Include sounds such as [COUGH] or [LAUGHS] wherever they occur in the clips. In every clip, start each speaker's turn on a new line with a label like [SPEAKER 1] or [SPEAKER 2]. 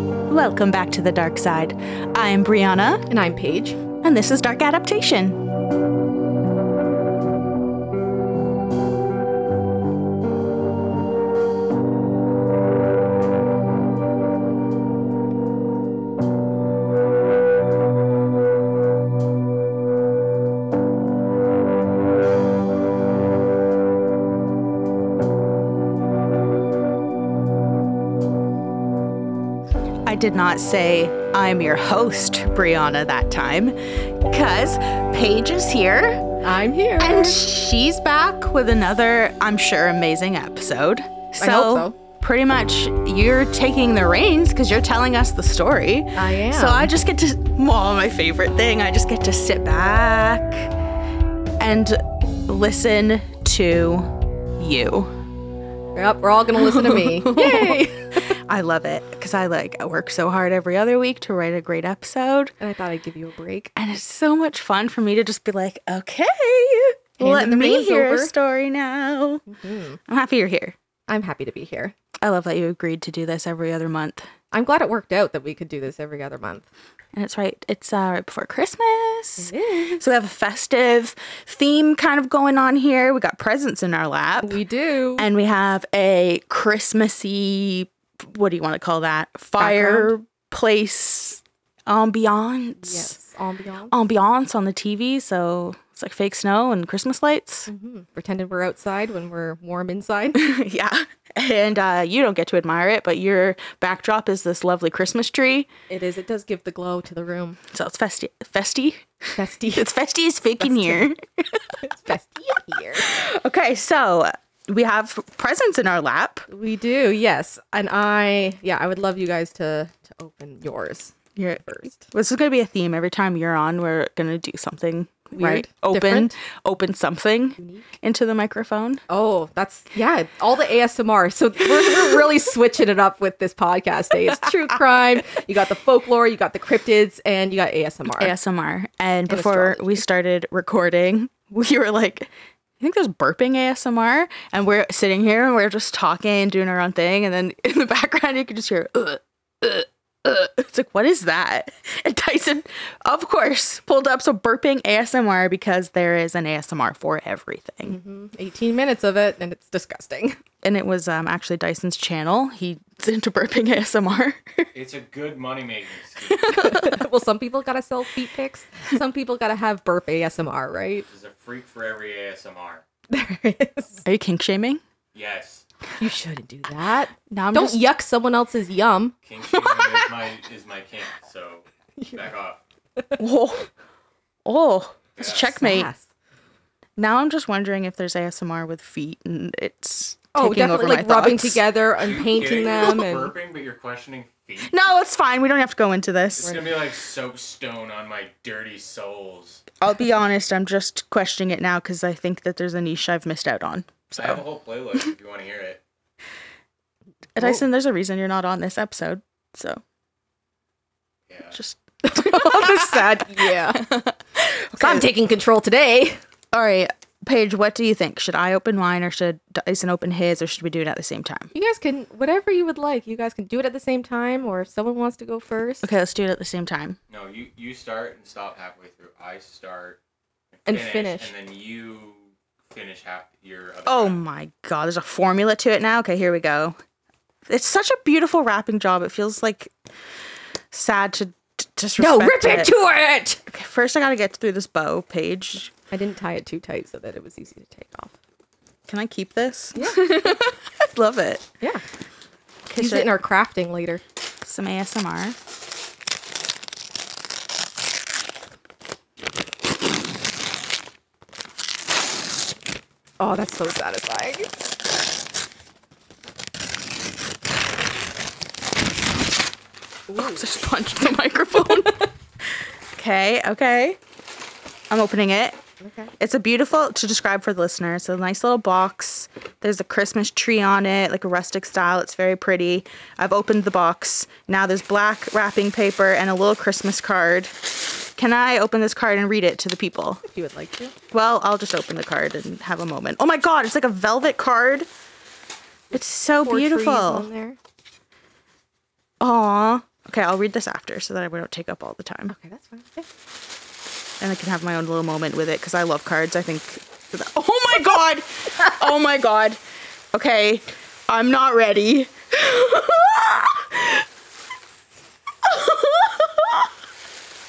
[SPEAKER 1] welcome back to the dark side. I am Brianna,
[SPEAKER 2] And I'm Paige.
[SPEAKER 1] and this is Dark Adaptation. I did not say I'm your host, Brianna, that time, because Paige is here
[SPEAKER 2] I'm here.
[SPEAKER 1] and she's back with another, I'm sure, amazing episode. So,
[SPEAKER 2] hope so.
[SPEAKER 1] pretty much you're taking the reins because you're telling us the story.
[SPEAKER 2] I am.
[SPEAKER 1] So I just get to, well, my favorite thing, I just get to sit back and listen to you.
[SPEAKER 2] yep, we're all gonna listen to [LAUGHS] me. Yay!
[SPEAKER 1] I love it because I like I work so hard every other week to write a great episode,
[SPEAKER 2] And I thought I'd give you a break.
[SPEAKER 1] and it's so much fun for me to just be like, okay,
[SPEAKER 2] Hand
[SPEAKER 1] let
[SPEAKER 2] in the
[SPEAKER 1] me
[SPEAKER 2] reins
[SPEAKER 1] hear a
[SPEAKER 2] over."
[SPEAKER 1] story now.
[SPEAKER 2] Mhm.
[SPEAKER 1] I'm happy you're here.
[SPEAKER 2] I'm happy to be here.
[SPEAKER 1] I love that you agreed to do this every other month,
[SPEAKER 2] I'm glad it worked out that we could do this every other month.
[SPEAKER 1] and it's right. It's uh, right before Christmas.
[SPEAKER 2] is.
[SPEAKER 1] So we have a festive theme kind of going on here. We got presents in our lap.
[SPEAKER 2] We do.
[SPEAKER 1] and we have a Christmassy, what do you want to call that? Fireplace ambiance.
[SPEAKER 2] yes, ambiance.
[SPEAKER 1] Ambiance on the TV. So it's like fake snow and Christmas lights.
[SPEAKER 2] Mhm. Pretending we're outside when we're warm [LAUGHS] inside.
[SPEAKER 1] [LAUGHS] yeah. And uh, you don't get to admire it, but your backdrop is this lovely Christmas tree.
[SPEAKER 2] it is. It does give the glow to the room.
[SPEAKER 1] So it's festy. Festy?
[SPEAKER 2] [LAUGHS]
[SPEAKER 1] [LAUGHS]
[SPEAKER 2] Festy.
[SPEAKER 1] It's festy as fucking here.
[SPEAKER 2] it's festy here.
[SPEAKER 1] [LAUGHS] Okay. So we have presents in our lap.
[SPEAKER 2] We do. Yes. And I. Yeah. I would love you guys to to open yours
[SPEAKER 1] Your
[SPEAKER 2] first.
[SPEAKER 1] This is going to be a theme. Every time you're on, we're going to do something right.
[SPEAKER 2] Weird,
[SPEAKER 1] Open,
[SPEAKER 2] different.
[SPEAKER 1] open something into the microphone.
[SPEAKER 2] Oh, that's yeah, all the ASMR. So we're, we're really switching it up with this podcast day. It's true crime. You got the folklore, you got the cryptids, and you got ASMR.
[SPEAKER 1] ASMR. And before we started recording, [LAUGHS] we were like, I think there's burping ASMR. And we're sitting here and we're just talking, doing our own thing. And then [LAUGHS] in the background, you can just hear, uh, uh, uh. it's like, what is that? [LAUGHS] And Tyson, of course, pulled up some burping ASMR because there is an ASMR for everything.
[SPEAKER 2] Mhm. 18 minutes of it, and it's disgusting. [LAUGHS]
[SPEAKER 1] and it was um, actually Dyson's channel. [LAUGHS] He's into burping ASMR.
[SPEAKER 3] It's a good money making scheme.
[SPEAKER 2] well, some people gotta sell feet pics. Some people gotta have burp ASMR, right? [LAUGHS]
[SPEAKER 3] There's a freak for every ASMR.
[SPEAKER 2] There is.
[SPEAKER 1] [LAUGHS] Are you kink shaming?
[SPEAKER 3] Yes.
[SPEAKER 2] You shouldn't do that.
[SPEAKER 1] No, I'm
[SPEAKER 2] Don't
[SPEAKER 1] just
[SPEAKER 2] yuck someone else's yum.
[SPEAKER 3] King shaming is my is my king, so back off.
[SPEAKER 1] oh, oh, it's checkmate.
[SPEAKER 2] Sass.
[SPEAKER 1] Now I'm just wondering if there's ASMR with feet and it's
[SPEAKER 2] Oh,
[SPEAKER 1] taking
[SPEAKER 2] definitely
[SPEAKER 1] over
[SPEAKER 2] like
[SPEAKER 1] my
[SPEAKER 2] rubbing
[SPEAKER 1] thoughts.
[SPEAKER 2] together and
[SPEAKER 3] You
[SPEAKER 2] painting
[SPEAKER 3] kidding?
[SPEAKER 2] them.
[SPEAKER 3] You're
[SPEAKER 2] And
[SPEAKER 3] burping, but you're questioning feet.
[SPEAKER 1] No, it's fine. We don't have to go into
[SPEAKER 3] It's
[SPEAKER 1] this.
[SPEAKER 3] gonna be like soapstone on my dirty soles.
[SPEAKER 1] I'll be honest. I'm just questioning it now because I think that there's a niche I've missed out on.
[SPEAKER 3] I have a
[SPEAKER 1] So,
[SPEAKER 3] whole playlist if you want to hear it.
[SPEAKER 1] Dyson, there's a reason you're not on this episode. So,
[SPEAKER 3] Yeah.
[SPEAKER 1] just [LAUGHS]
[SPEAKER 2] all this sad. Yeah. I'm taking control today.
[SPEAKER 1] all right, Paige. What do you think? Should I open mine or should Dyson open his, or should we do it at the same time?
[SPEAKER 2] You guys can whatever you would like. You guys can do it at the same time, or if someone wants to go first.
[SPEAKER 1] Okay, let's do it at the same time.
[SPEAKER 3] No, you you start and stop halfway through. I start
[SPEAKER 2] And finish.
[SPEAKER 3] and then you finish half your. Other
[SPEAKER 1] Oh
[SPEAKER 3] half.
[SPEAKER 1] my god, there's a formula to it now. Okay, here we go. It's such a beautiful wrapping job. It feels like sad to d- disrespect. it.
[SPEAKER 2] it.
[SPEAKER 1] Okay, first, I gotta get through this bow page.
[SPEAKER 2] I didn't tie it too tight so that it was easy to take off.
[SPEAKER 1] Can I keep this? Yeah. [LAUGHS] I love it.
[SPEAKER 2] Yeah,
[SPEAKER 1] Okay,
[SPEAKER 2] use
[SPEAKER 1] so
[SPEAKER 2] it in our crafting later.
[SPEAKER 1] some ASMR.
[SPEAKER 2] Oh, that's so satisfying.
[SPEAKER 1] I just punched the microphone. [LAUGHS] okay, okay. I'm opening it.
[SPEAKER 2] Okay.
[SPEAKER 1] It's a beautiful to describe for the listener. It's a nice little box. There's a Christmas tree on it, like a rustic style. It's very pretty. I've opened the box. Now there's black wrapping paper and a little Christmas card. Can I open this card and read it to the people?
[SPEAKER 2] If you would like to.
[SPEAKER 1] Well, I'll just open the card and have a moment. Oh my god, it's like a velvet card. It's so
[SPEAKER 2] Four trees
[SPEAKER 1] beautiful.
[SPEAKER 2] on there.
[SPEAKER 1] Aw. Okay, I'll read this after so that I don't take up all the time.
[SPEAKER 2] Okay, that's fine. Okay.
[SPEAKER 1] and I can have my own little moment with it because I love cards. I think. [LAUGHS] Oh my god! Oh my god! Okay, I'm not ready. [LAUGHS]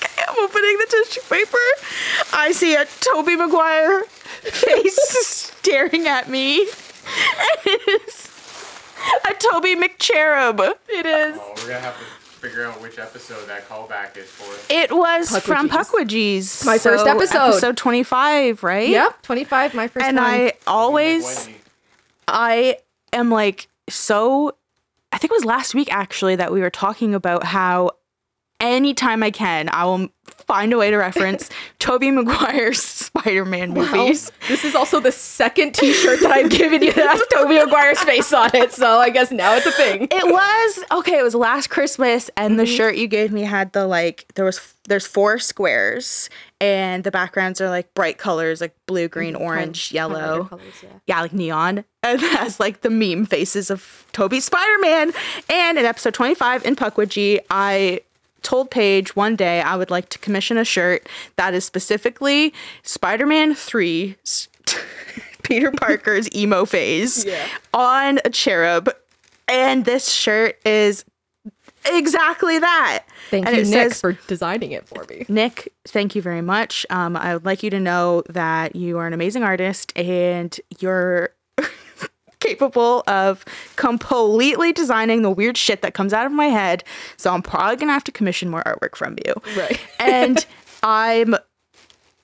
[SPEAKER 1] okay, I'm opening the tissue paper. I see a Toby Maguire face [LAUGHS] staring at me. And it is a Toby McCherub.
[SPEAKER 2] It is.
[SPEAKER 3] Oh, we're gonna have to figure out which episode that callback is for.
[SPEAKER 1] It was
[SPEAKER 2] Puckwoodgies.
[SPEAKER 1] from Puckwoodgies.
[SPEAKER 2] My first episode.
[SPEAKER 1] Episode 25, right?
[SPEAKER 2] Yep, 25, my first
[SPEAKER 1] And
[SPEAKER 2] one.
[SPEAKER 1] I always,
[SPEAKER 3] Wendy,
[SPEAKER 1] I am like so. I think it was last week actually that we were talking about how anytime I can, I will find a way to reference Toby Maguire's Spider Man
[SPEAKER 2] Well,
[SPEAKER 1] movies.
[SPEAKER 2] this is also the second T-shirt that I've given you that [LAUGHS] has Toby Maguire's face on it, so I guess now it's a thing.
[SPEAKER 1] It was okay. It was last Christmas, and the shirt you gave me had the like there was there's four squares, and the backgrounds are like bright colors like blue, green, orange,
[SPEAKER 2] Oh
[SPEAKER 1] yellow. yeah, like neon, [LAUGHS] and it has like the meme faces of Toby Spider Man. And in episode 25 in Puckwidgee, I told Paige one day I would like to commission a shirt that is specifically Spider Man 3, s- [LAUGHS] Peter Parker's
[SPEAKER 2] [LAUGHS]
[SPEAKER 1] emo phase
[SPEAKER 2] Yeah.
[SPEAKER 1] on a cherub. And this shirt is exactly that.
[SPEAKER 2] Thank
[SPEAKER 1] and
[SPEAKER 2] you,
[SPEAKER 1] it
[SPEAKER 2] Nick,
[SPEAKER 1] says-
[SPEAKER 2] for designing it for me.
[SPEAKER 1] [LAUGHS] Nick, thank you very much. Um, I would like you to know that you are an amazing artist and you're [LAUGHS] capable of completely designing the weird shit that comes out of my head. So I'm probably gonna have to commission more artwork from you.
[SPEAKER 2] Right.
[SPEAKER 1] and I'm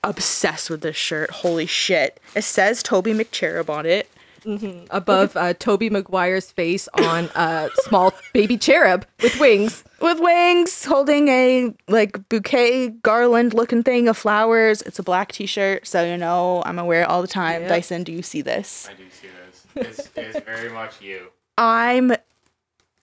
[SPEAKER 1] obsessed with this shirt. Holy shit! It says Toby McCherub on it.
[SPEAKER 2] Above uh, Toby Maguire's face on a small baby cherub with wings.
[SPEAKER 1] with wings holding a like bouquet garland looking thing of flowers it's a black t-shirt so you know i'm gonna wear it all the time
[SPEAKER 2] Yeah.
[SPEAKER 1] dyson do you see this
[SPEAKER 3] I do see this. It's, it's very much you.
[SPEAKER 1] i'm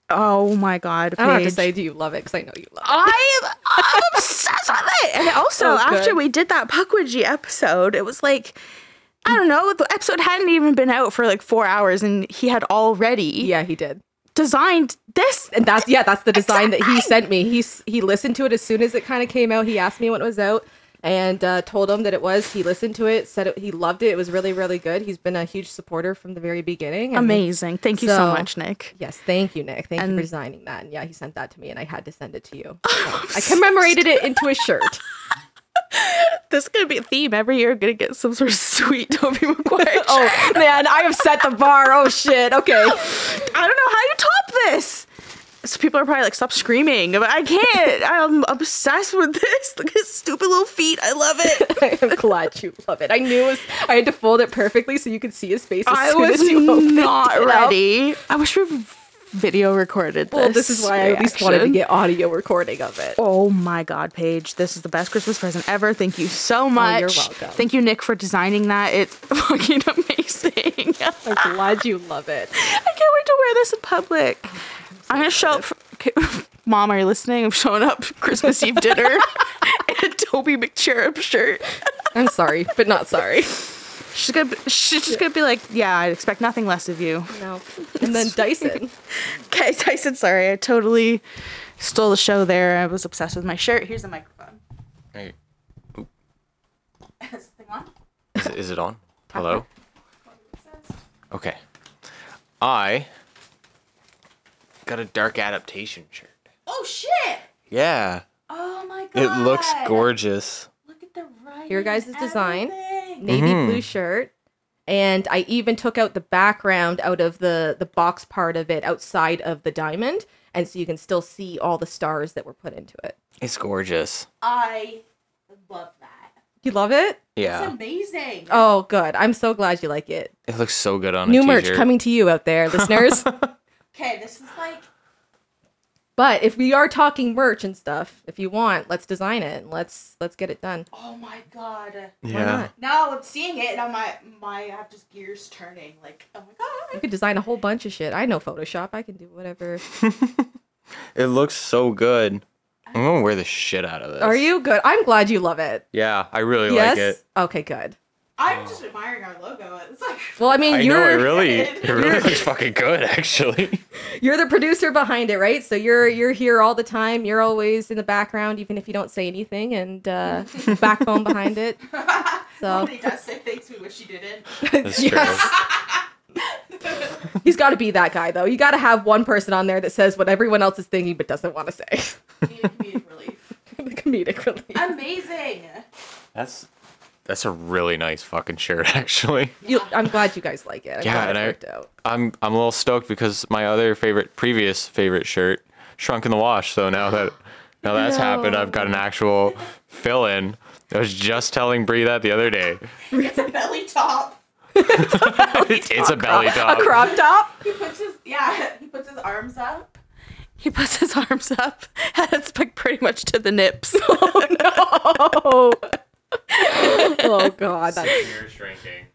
[SPEAKER 1] oh my god
[SPEAKER 2] I don't have to
[SPEAKER 1] Paige.
[SPEAKER 2] say, do you love it? Because I know you love it.
[SPEAKER 1] I'm, I'm obsessed with it
[SPEAKER 2] [LAUGHS]
[SPEAKER 1] and also
[SPEAKER 2] Oh, good.
[SPEAKER 1] after we did that puckwidgee episode it was like i don't know the episode hadn't even been out for like four hours and he had already
[SPEAKER 2] Yeah, he did.
[SPEAKER 1] designed this
[SPEAKER 2] and that's yeah, that's the design that he sent me. He's he listened to it as soon as it kind of came out. He asked me when it was out and uh, told him that it was. He listened to it, said it, he loved it. It was really really good. He's been a huge supporter from the very beginning. and-
[SPEAKER 1] amazing thank you so,
[SPEAKER 2] So-
[SPEAKER 1] much nick
[SPEAKER 2] Yes, thank you, Nick. Thank you
[SPEAKER 1] And-
[SPEAKER 2] for designing that. And yeah, he sent that to me, and I had to send it to [LAUGHS] you. I commemorated it into a shirt.
[SPEAKER 1] this is gonna be a theme every year. Gonna get some sort of sweet [LAUGHS] Toby Maguire. oh,
[SPEAKER 2] Oh [LAUGHS] man, I have set the bar. Oh shit. Okay. [LAUGHS]
[SPEAKER 1] I don't know how you top this. So people are probably like, "Stop screaming!" But I can't. [LAUGHS] I'm obsessed with this. [LAUGHS] Look at his stupid little feet. I love [LAUGHS] it.
[SPEAKER 2] [LAUGHS] I am glad you love it. I knew it was, I had to fold it perfectly so you could see his face. As
[SPEAKER 1] I [LAUGHS]
[SPEAKER 2] soon
[SPEAKER 1] was
[SPEAKER 2] as you opened it
[SPEAKER 1] not
[SPEAKER 2] up.
[SPEAKER 1] ready. I wish we video recorded this.
[SPEAKER 2] Well, this is why I at least wanted to
[SPEAKER 1] reaction.
[SPEAKER 2] get audio recording of it.
[SPEAKER 1] Oh my God, Paige! This is the best Christmas present ever. Thank you so much.
[SPEAKER 2] you're welcome.
[SPEAKER 1] Thank you, Nick, for designing that. It's [LAUGHS] fucking amazing. [LAUGHS]
[SPEAKER 2] I'm glad you love it.
[SPEAKER 1] I can't wait to wear this in public. I'm gonna show up. For, okay, [LAUGHS] Mom, are you listening? I'm showing up for Christmas Eve dinner [LAUGHS] in a Toby McCherub shirt.
[SPEAKER 2] I'm sorry, but not sorry.
[SPEAKER 1] She's gonna, be, she's just gonna be like, yeah, I expect nothing less of you.
[SPEAKER 2] No. And then Dyson.
[SPEAKER 1] Okay, [LAUGHS] Tyson, sorry, I totally stole the show there. I was obsessed with my shirt. Here's the microphone.
[SPEAKER 3] Hey,
[SPEAKER 1] Is this thing on?
[SPEAKER 3] is it, is it on? Hello. Okay. I got a dark adaptation shirt.
[SPEAKER 1] Oh shit!
[SPEAKER 3] Yeah,
[SPEAKER 1] Oh my god!
[SPEAKER 3] it looks gorgeous.
[SPEAKER 1] Look at the right.
[SPEAKER 2] Your guys' design. Navy blue shirt. And I even took out the background out of the the box part of it outside of the diamond. And so you can still see all the stars that were put into it.
[SPEAKER 3] It's gorgeous.
[SPEAKER 1] I love that.
[SPEAKER 2] You love it?
[SPEAKER 3] Yeah,
[SPEAKER 1] amazing.
[SPEAKER 2] Oh, good. I'm so glad you like it.
[SPEAKER 3] it looks so good on
[SPEAKER 2] New
[SPEAKER 3] a
[SPEAKER 2] merch
[SPEAKER 3] t-shirt.
[SPEAKER 2] coming to you out
[SPEAKER 3] [LAUGHS]
[SPEAKER 2] there, listeners.
[SPEAKER 1] Okay, this is like
[SPEAKER 2] but if we are talking merch and stuff, if you want, let's design it and let's let's get it done.
[SPEAKER 1] Oh my god.
[SPEAKER 3] Yeah,
[SPEAKER 2] not?
[SPEAKER 1] Now I'm seeing it and I'm my my I have just gears turning. Like, oh my
[SPEAKER 2] You
[SPEAKER 1] god.
[SPEAKER 2] could design a whole bunch of shit. I know Photoshop. I can do whatever.
[SPEAKER 3] it looks so good. I'm gonna wear the shit out of this.
[SPEAKER 2] Are you good? I'm glad you love it.
[SPEAKER 3] Yeah, I really
[SPEAKER 2] yes.
[SPEAKER 3] like it.
[SPEAKER 2] Okay, good.
[SPEAKER 1] I'm just admiring our logo. It's like
[SPEAKER 2] Well, I mean,
[SPEAKER 3] I
[SPEAKER 2] you're
[SPEAKER 3] know it really, it really looks fucking good, actually.
[SPEAKER 2] you're the producer behind it, right? So you're you're here all the time. You're always in the background, even if you don't say anything, and
[SPEAKER 3] [LAUGHS]
[SPEAKER 2] uh, backbone behind it. So
[SPEAKER 1] does say things we wish he didn't.
[SPEAKER 3] [LAUGHS] That's true.
[SPEAKER 2] he's got to be that guy, though. You got to have one person on there that says what everyone else is thinking but doesn't want to say. [LAUGHS] the comedic relief.
[SPEAKER 1] Amazing.
[SPEAKER 3] That's that's a really nice fucking shirt, [LAUGHS] actually.
[SPEAKER 2] You, I'm glad you guys like it. I'm
[SPEAKER 3] Yeah,
[SPEAKER 2] glad
[SPEAKER 3] and
[SPEAKER 2] it
[SPEAKER 3] I-
[SPEAKER 2] worked out.
[SPEAKER 3] I'm I'm a little stoked because my other favorite, previous favorite shirt, shrunk in the wash. So now that now that's happened, I've got an actual fill-in. I was just telling Bree that the other [LAUGHS] day.
[SPEAKER 1] It's a belly top.
[SPEAKER 3] It's, it's a belly top.
[SPEAKER 2] A crop top.
[SPEAKER 1] He puts his yeah. He puts his arms up. He puts his arms up, [LAUGHS] and it's like pretty much to the nips.
[SPEAKER 2] [LAUGHS] Oh. oh God, that's,
[SPEAKER 3] [LAUGHS]
[SPEAKER 2] oh,
[SPEAKER 3] You're shrinking.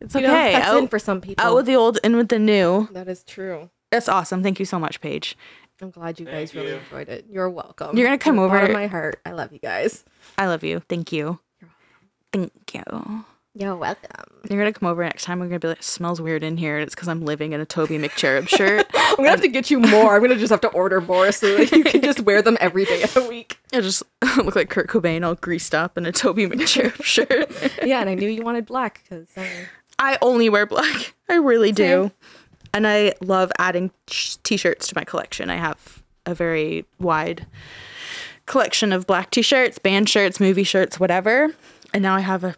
[SPEAKER 1] it's
[SPEAKER 2] you know,
[SPEAKER 1] okay.
[SPEAKER 2] that's
[SPEAKER 1] out,
[SPEAKER 2] in for some people.
[SPEAKER 1] out with the old, in with the new.
[SPEAKER 2] that is true.
[SPEAKER 1] That's awesome. Thank you so much, Paige.
[SPEAKER 2] I'm glad you
[SPEAKER 3] Thank
[SPEAKER 2] guys really
[SPEAKER 3] you.
[SPEAKER 2] enjoyed it. You're welcome.
[SPEAKER 1] You're gonna come
[SPEAKER 2] From the bottom
[SPEAKER 1] over-
[SPEAKER 2] of my heart. I love you guys.
[SPEAKER 1] I love you. Thank you. Thank you.
[SPEAKER 2] You're [LAUGHS] welcome.
[SPEAKER 1] You're gonna come over next time. We're gonna be like, smells weird in here. It's because I'm living in a Toby McCherub shirt.
[SPEAKER 2] I'm gonna have to get you more. I'm gonna just have to order more so that you can just wear them every day of the week.
[SPEAKER 1] I just [LAUGHS] look like Kurt Cobain, all greased up in a Toby McCherub [LAUGHS] shirt.
[SPEAKER 2] Yeah, and I knew you wanted black um, because
[SPEAKER 1] I only wear black. [LAUGHS] I really do, and I love adding sh- t-shirts to my collection. I have a very wide collection of black t-shirts, band shirts, movie shirts, whatever. And now I have a,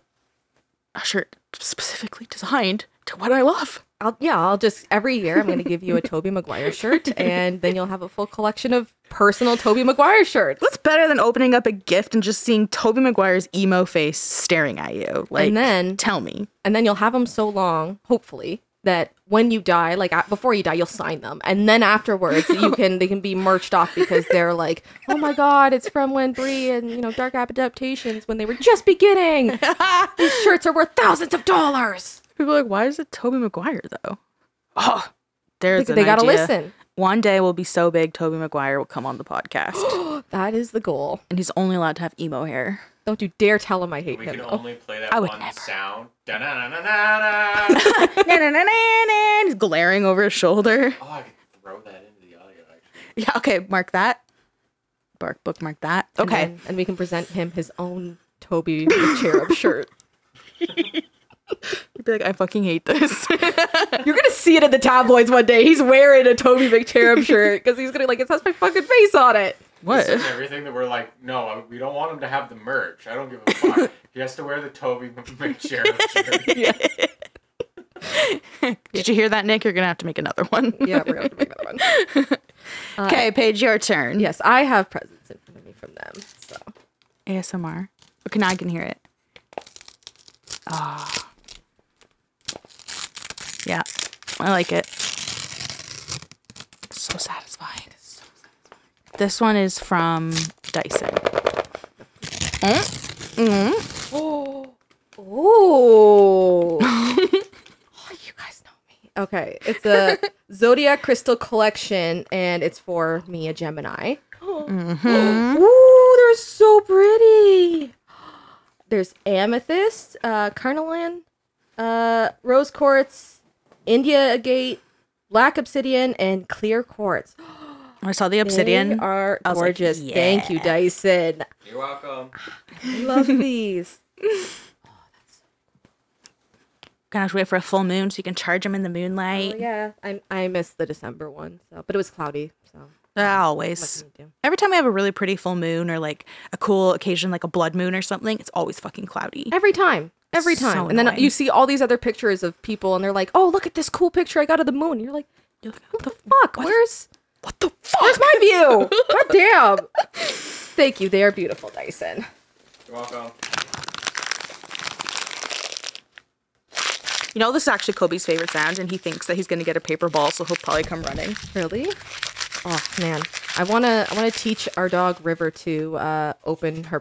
[SPEAKER 1] a shirt specifically designed to what I love.
[SPEAKER 2] I'll yeah, I'll just every year I'm gonna give you a Toby Maguire [LAUGHS] shirt, and then you'll have a full collection of personal Toby Maguire shirts.
[SPEAKER 1] What's better than opening up a gift and just seeing Toby Maguire's emo face staring at you? Like,
[SPEAKER 2] then-
[SPEAKER 1] tell me.
[SPEAKER 2] and then you'll have them so long, hopefully, that when you die, like at- before you die, you'll sign them, and then afterwards you can they can be merched off because they're like, oh my god, it's from when Brie and you know Dark Adaptations when they were just beginning. These shirts are worth thousands of dollars.
[SPEAKER 1] People are like, why is it Toby Maguire though? Oh, there's
[SPEAKER 2] They-
[SPEAKER 1] an
[SPEAKER 2] they gotta
[SPEAKER 1] idea.
[SPEAKER 2] listen.
[SPEAKER 1] One day we'll be so big, Toby Maguire will come on the [GASPS] podcast,
[SPEAKER 2] That is the goal.
[SPEAKER 1] and he's only allowed to have emo [LAUGHS] hair.
[SPEAKER 2] Don't you dare tell him I hate him. though.
[SPEAKER 3] only play that
[SPEAKER 1] I would one never.
[SPEAKER 3] sound. [LAUGHS] Da-na-na-na-na-na.
[SPEAKER 1] Na-na-na-na-na, he's glaring over his shoulder.
[SPEAKER 3] Oh, I could throw that into the audio actually.
[SPEAKER 1] Yeah, okay, mark that. Bark, bookmark that.
[SPEAKER 2] And
[SPEAKER 1] Okay,
[SPEAKER 2] then- and we can present him his own Toby cherub shirt.
[SPEAKER 1] you'd be like, I fucking hate this.
[SPEAKER 2] You're gonna see it in the tabloids one day. He's wearing a Toby McCherub shirt because he's gonna like it has my fucking face on it.
[SPEAKER 1] [LAUGHS] what?
[SPEAKER 3] everything that we're like, no, we don't want him to have the merch. I don't give a fuck. he has to wear the Toby [LAUGHS] McSherriff shirt.
[SPEAKER 1] Did you hear that, Nick? You're gonna have to make another one.
[SPEAKER 2] Yeah, we're gonna have to make another one.
[SPEAKER 1] okay, Paige, your turn.
[SPEAKER 2] Yes, I have presents in front of me from them. So
[SPEAKER 1] ASMR. Okay, now I can hear it. Ah. Yeah, I like it. So satisfying. This one is from Dyson.
[SPEAKER 2] [LAUGHS] Oh. you guys know me. Okay. It's [LAUGHS] a Zodiac Crystal Collection and it's for me, a Gemini. Mm-hmm. [GASPS] Ooh, they're so pretty. There's amethyst, uh, carnelian, uh, rose quartz, India agate, black obsidian, and clear quartz.
[SPEAKER 1] I saw the
[SPEAKER 2] They
[SPEAKER 1] obsidian.
[SPEAKER 2] are
[SPEAKER 1] I was like,
[SPEAKER 2] gorgeous. Thank you, Dyson.
[SPEAKER 3] You're welcome.
[SPEAKER 2] [LAUGHS] Love these.
[SPEAKER 1] Gonna have to wait for a full moon so you can charge them in the moonlight.
[SPEAKER 2] Oh, yeah, I I missed the December one, so but it was cloudy, so
[SPEAKER 1] Ah, Always.
[SPEAKER 2] what can you do?
[SPEAKER 1] Every time we have a really pretty full moon or like a cool occasion, like a blood moon or something, it's always fucking cloudy.
[SPEAKER 2] every time, every
[SPEAKER 1] So
[SPEAKER 2] time, and then
[SPEAKER 1] annoying.
[SPEAKER 2] you see all these other pictures of people, and they're like, "Oh, look at this cool picture I got of the moon." And you're like,
[SPEAKER 1] You're like,
[SPEAKER 2] "What the fuck? Where's
[SPEAKER 1] What the fuck?
[SPEAKER 2] where's my view?
[SPEAKER 1] [LAUGHS]
[SPEAKER 2] God damn!" Thank you. They are beautiful, Dyson.
[SPEAKER 3] You're welcome.
[SPEAKER 1] You know, this is actually Kobe's favorite sound, and he thinks that he's going to get a paper ball, so he'll probably come running.
[SPEAKER 2] Really? Oh man, I wanna I wanna teach our dog River to uh, open her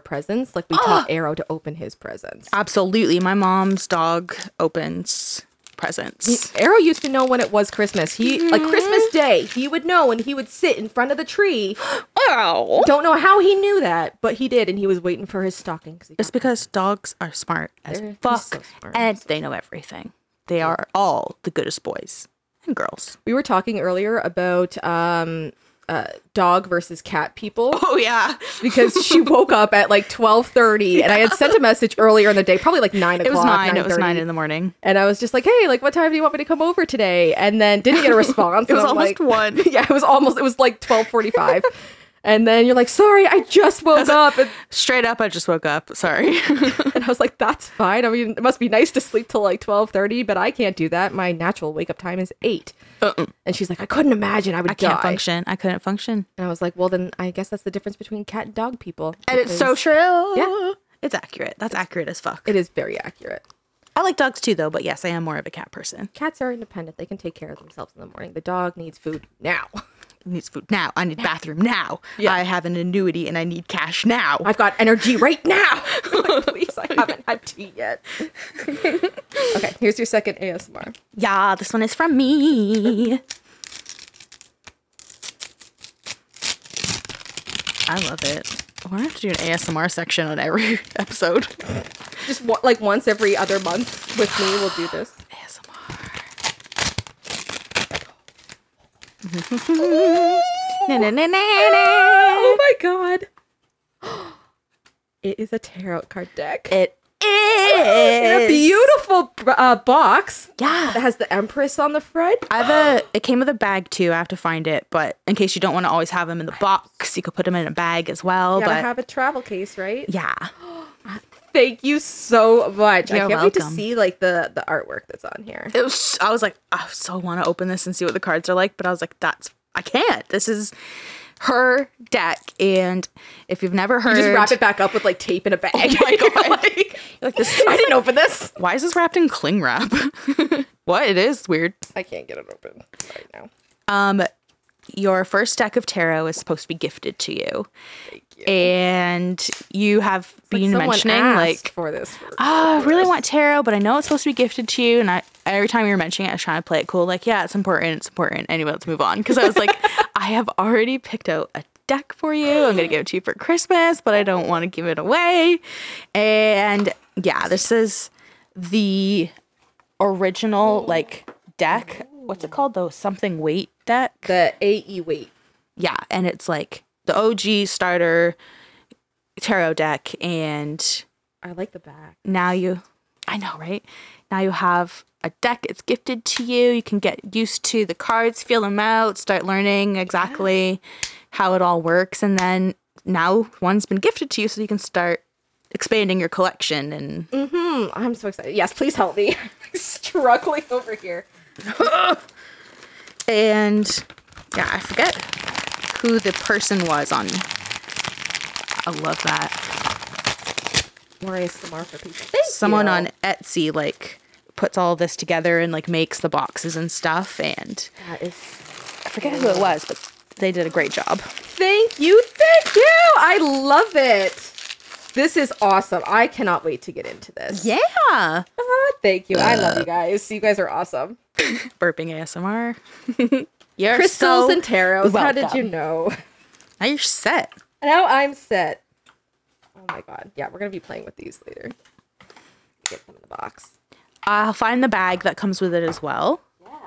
[SPEAKER 1] Ah!
[SPEAKER 2] presents, like we taught Arrow to open his presents.
[SPEAKER 1] Absolutely. My mom's dog opens presents.
[SPEAKER 2] Arrow used to know when it was Christmas. He like Christmas
[SPEAKER 1] Mm-hmm.
[SPEAKER 2] Day, he would know and he would sit in front of the
[SPEAKER 1] [GASPS]
[SPEAKER 2] tree.
[SPEAKER 1] Oh.
[SPEAKER 2] Don't know how he knew that, but he did, and he was waiting for his stocking. 'cause he
[SPEAKER 1] It's because dogs are smart as
[SPEAKER 2] They're
[SPEAKER 1] fuck
[SPEAKER 2] so smart.
[SPEAKER 1] and they know everything. They are all the goodest boys and girls.
[SPEAKER 2] we were talking earlier about um, uh, dog versus cat
[SPEAKER 1] [LAUGHS]
[SPEAKER 2] people.
[SPEAKER 1] Oh yeah.
[SPEAKER 2] because she woke up at like 12.30 and i had sent a message earlier in the day probably like 9 o'clock
[SPEAKER 1] It was nine. It was
[SPEAKER 2] 9:30.
[SPEAKER 1] nine in the morning.
[SPEAKER 2] and i was just like hey like what time do you want me to come over today and then didn't get
[SPEAKER 1] [LAUGHS]
[SPEAKER 2] a response
[SPEAKER 1] It
[SPEAKER 2] and
[SPEAKER 1] was
[SPEAKER 2] I'm
[SPEAKER 1] almost
[SPEAKER 2] like-
[SPEAKER 1] one.
[SPEAKER 2] [LAUGHS] yeah it was almost it was like 12.45 and then you're like sorry i just woke up and,
[SPEAKER 1] Straight up, I just woke up. Sorry. [LAUGHS]
[SPEAKER 2] and i was like that's fine i mean it must be nice to sleep till like 12.30 but i can't do that my natural wake up time is 8 and she's like i couldn't imagine i would
[SPEAKER 1] Uh-uh. I can't
[SPEAKER 2] die.
[SPEAKER 1] function. I couldn't function.
[SPEAKER 2] and i was like well then i guess that's the difference between cat and dog people
[SPEAKER 1] And it's so
[SPEAKER 2] because
[SPEAKER 1] true.
[SPEAKER 2] Yeah.
[SPEAKER 1] It's accurate. That's accurate as fuck.
[SPEAKER 2] it is very accurate
[SPEAKER 1] I like dogs too, though, but yes, I am more of a cat person.
[SPEAKER 2] cats are independent. They can take care of themselves in the morning. The dog needs food now. [LAUGHS]
[SPEAKER 1] needs food now. I need bathroom now. I have an annuity and I need cash now.
[SPEAKER 2] I've got energy right now. [LAUGHS] Like, Please, I haven't had tea yet. [LAUGHS] okay, here's your second ASMR.
[SPEAKER 1] yeah, this one is from me. I love it. We're gonna have to do an ASMR section on every [LAUGHS] episode.
[SPEAKER 2] Just wa- like once every other month with me, we'll do this.
[SPEAKER 1] ASMR. Na, na, na, na, na.
[SPEAKER 2] Oh my god. [GASPS] It is a tarot card deck.
[SPEAKER 1] It
[SPEAKER 2] In a
[SPEAKER 1] is
[SPEAKER 2] beautiful uh, box
[SPEAKER 1] Yeah.
[SPEAKER 2] that has the Empress on the front.
[SPEAKER 1] I have a. It came with a bag too. I have to find it, but in case you don't want to always have them in the box, you could put them in a bag as well.
[SPEAKER 2] Gotta
[SPEAKER 1] but
[SPEAKER 2] have a travel case, right?
[SPEAKER 1] yeah,
[SPEAKER 2] Thank you so much. I
[SPEAKER 1] You're
[SPEAKER 2] can't wait to
[SPEAKER 1] welcome.
[SPEAKER 2] see like the the artwork that's on here.
[SPEAKER 1] it was. I was like, I so want to open this and see what the cards are like, but I was like, that's I can't. This is her deck, and if you've never heard,
[SPEAKER 2] You just wrap it back up with like tape in a [LAUGHS] bag. like,
[SPEAKER 1] like this.
[SPEAKER 2] I didn't open this.
[SPEAKER 1] Why is this wrapped in cling wrap? [LAUGHS] what it is weird.
[SPEAKER 2] I can't get it open right now.
[SPEAKER 1] Um, your first deck of tarot is supposed to be gifted to you,
[SPEAKER 2] you.
[SPEAKER 1] and you have been
[SPEAKER 2] Someone
[SPEAKER 1] mentioning
[SPEAKER 2] asked Ah.
[SPEAKER 1] like
[SPEAKER 2] for this. [GASPS] for-
[SPEAKER 1] oh, I
[SPEAKER 2] for
[SPEAKER 1] really
[SPEAKER 2] this.
[SPEAKER 1] want tarot, but I know it's supposed to be gifted to you. And I, every time you were mentioning it, I was trying to play it cool. Like, yeah, it's important. It's important. Anyway, let's move on. Because I was like, [LAUGHS] I have already picked out a deck for you. I'm going to give it to you for Christmas, but I don't want to give it away. And yeah, this is the original, like, deck. What's it called, though? Something weight deck.
[SPEAKER 2] the E AE weight.
[SPEAKER 1] Yeah, and it's like the OG starter tarot deck and
[SPEAKER 2] I like the back.
[SPEAKER 1] now you i know right now you have a deck it's gifted to you you can get used to the cards feel them out start learning exactly how it all works and then now one's been gifted to you so you can start expanding your collection and
[SPEAKER 2] Hmm, I'm so excited. Yes, please help me. [LAUGHS] I'm struggling over here.
[SPEAKER 1] and yeah i forget who the person was on i love that
[SPEAKER 2] More ASMR for people. Thank
[SPEAKER 1] someone
[SPEAKER 2] you.
[SPEAKER 1] on etsy like puts all this together and like makes the boxes and stuff and
[SPEAKER 2] That is.
[SPEAKER 1] i forget who it was but they did a great job
[SPEAKER 2] Thank you, thank you. I love it. This is awesome. I cannot wait to get into this.
[SPEAKER 1] Yeah.
[SPEAKER 2] Ah, thank you. I love you guys. You guys are awesome.
[SPEAKER 1] Burping ASMR. [LAUGHS] you're
[SPEAKER 2] crystals
[SPEAKER 1] so-
[SPEAKER 2] and tarots. How did
[SPEAKER 1] welcome.
[SPEAKER 2] you know? [LAUGHS]
[SPEAKER 1] Now you're set.
[SPEAKER 2] Now I'm set. Oh my god. Yeah, we're gonna be playing with these later. Get them in the box.
[SPEAKER 1] I'll find the bag that comes with it as well.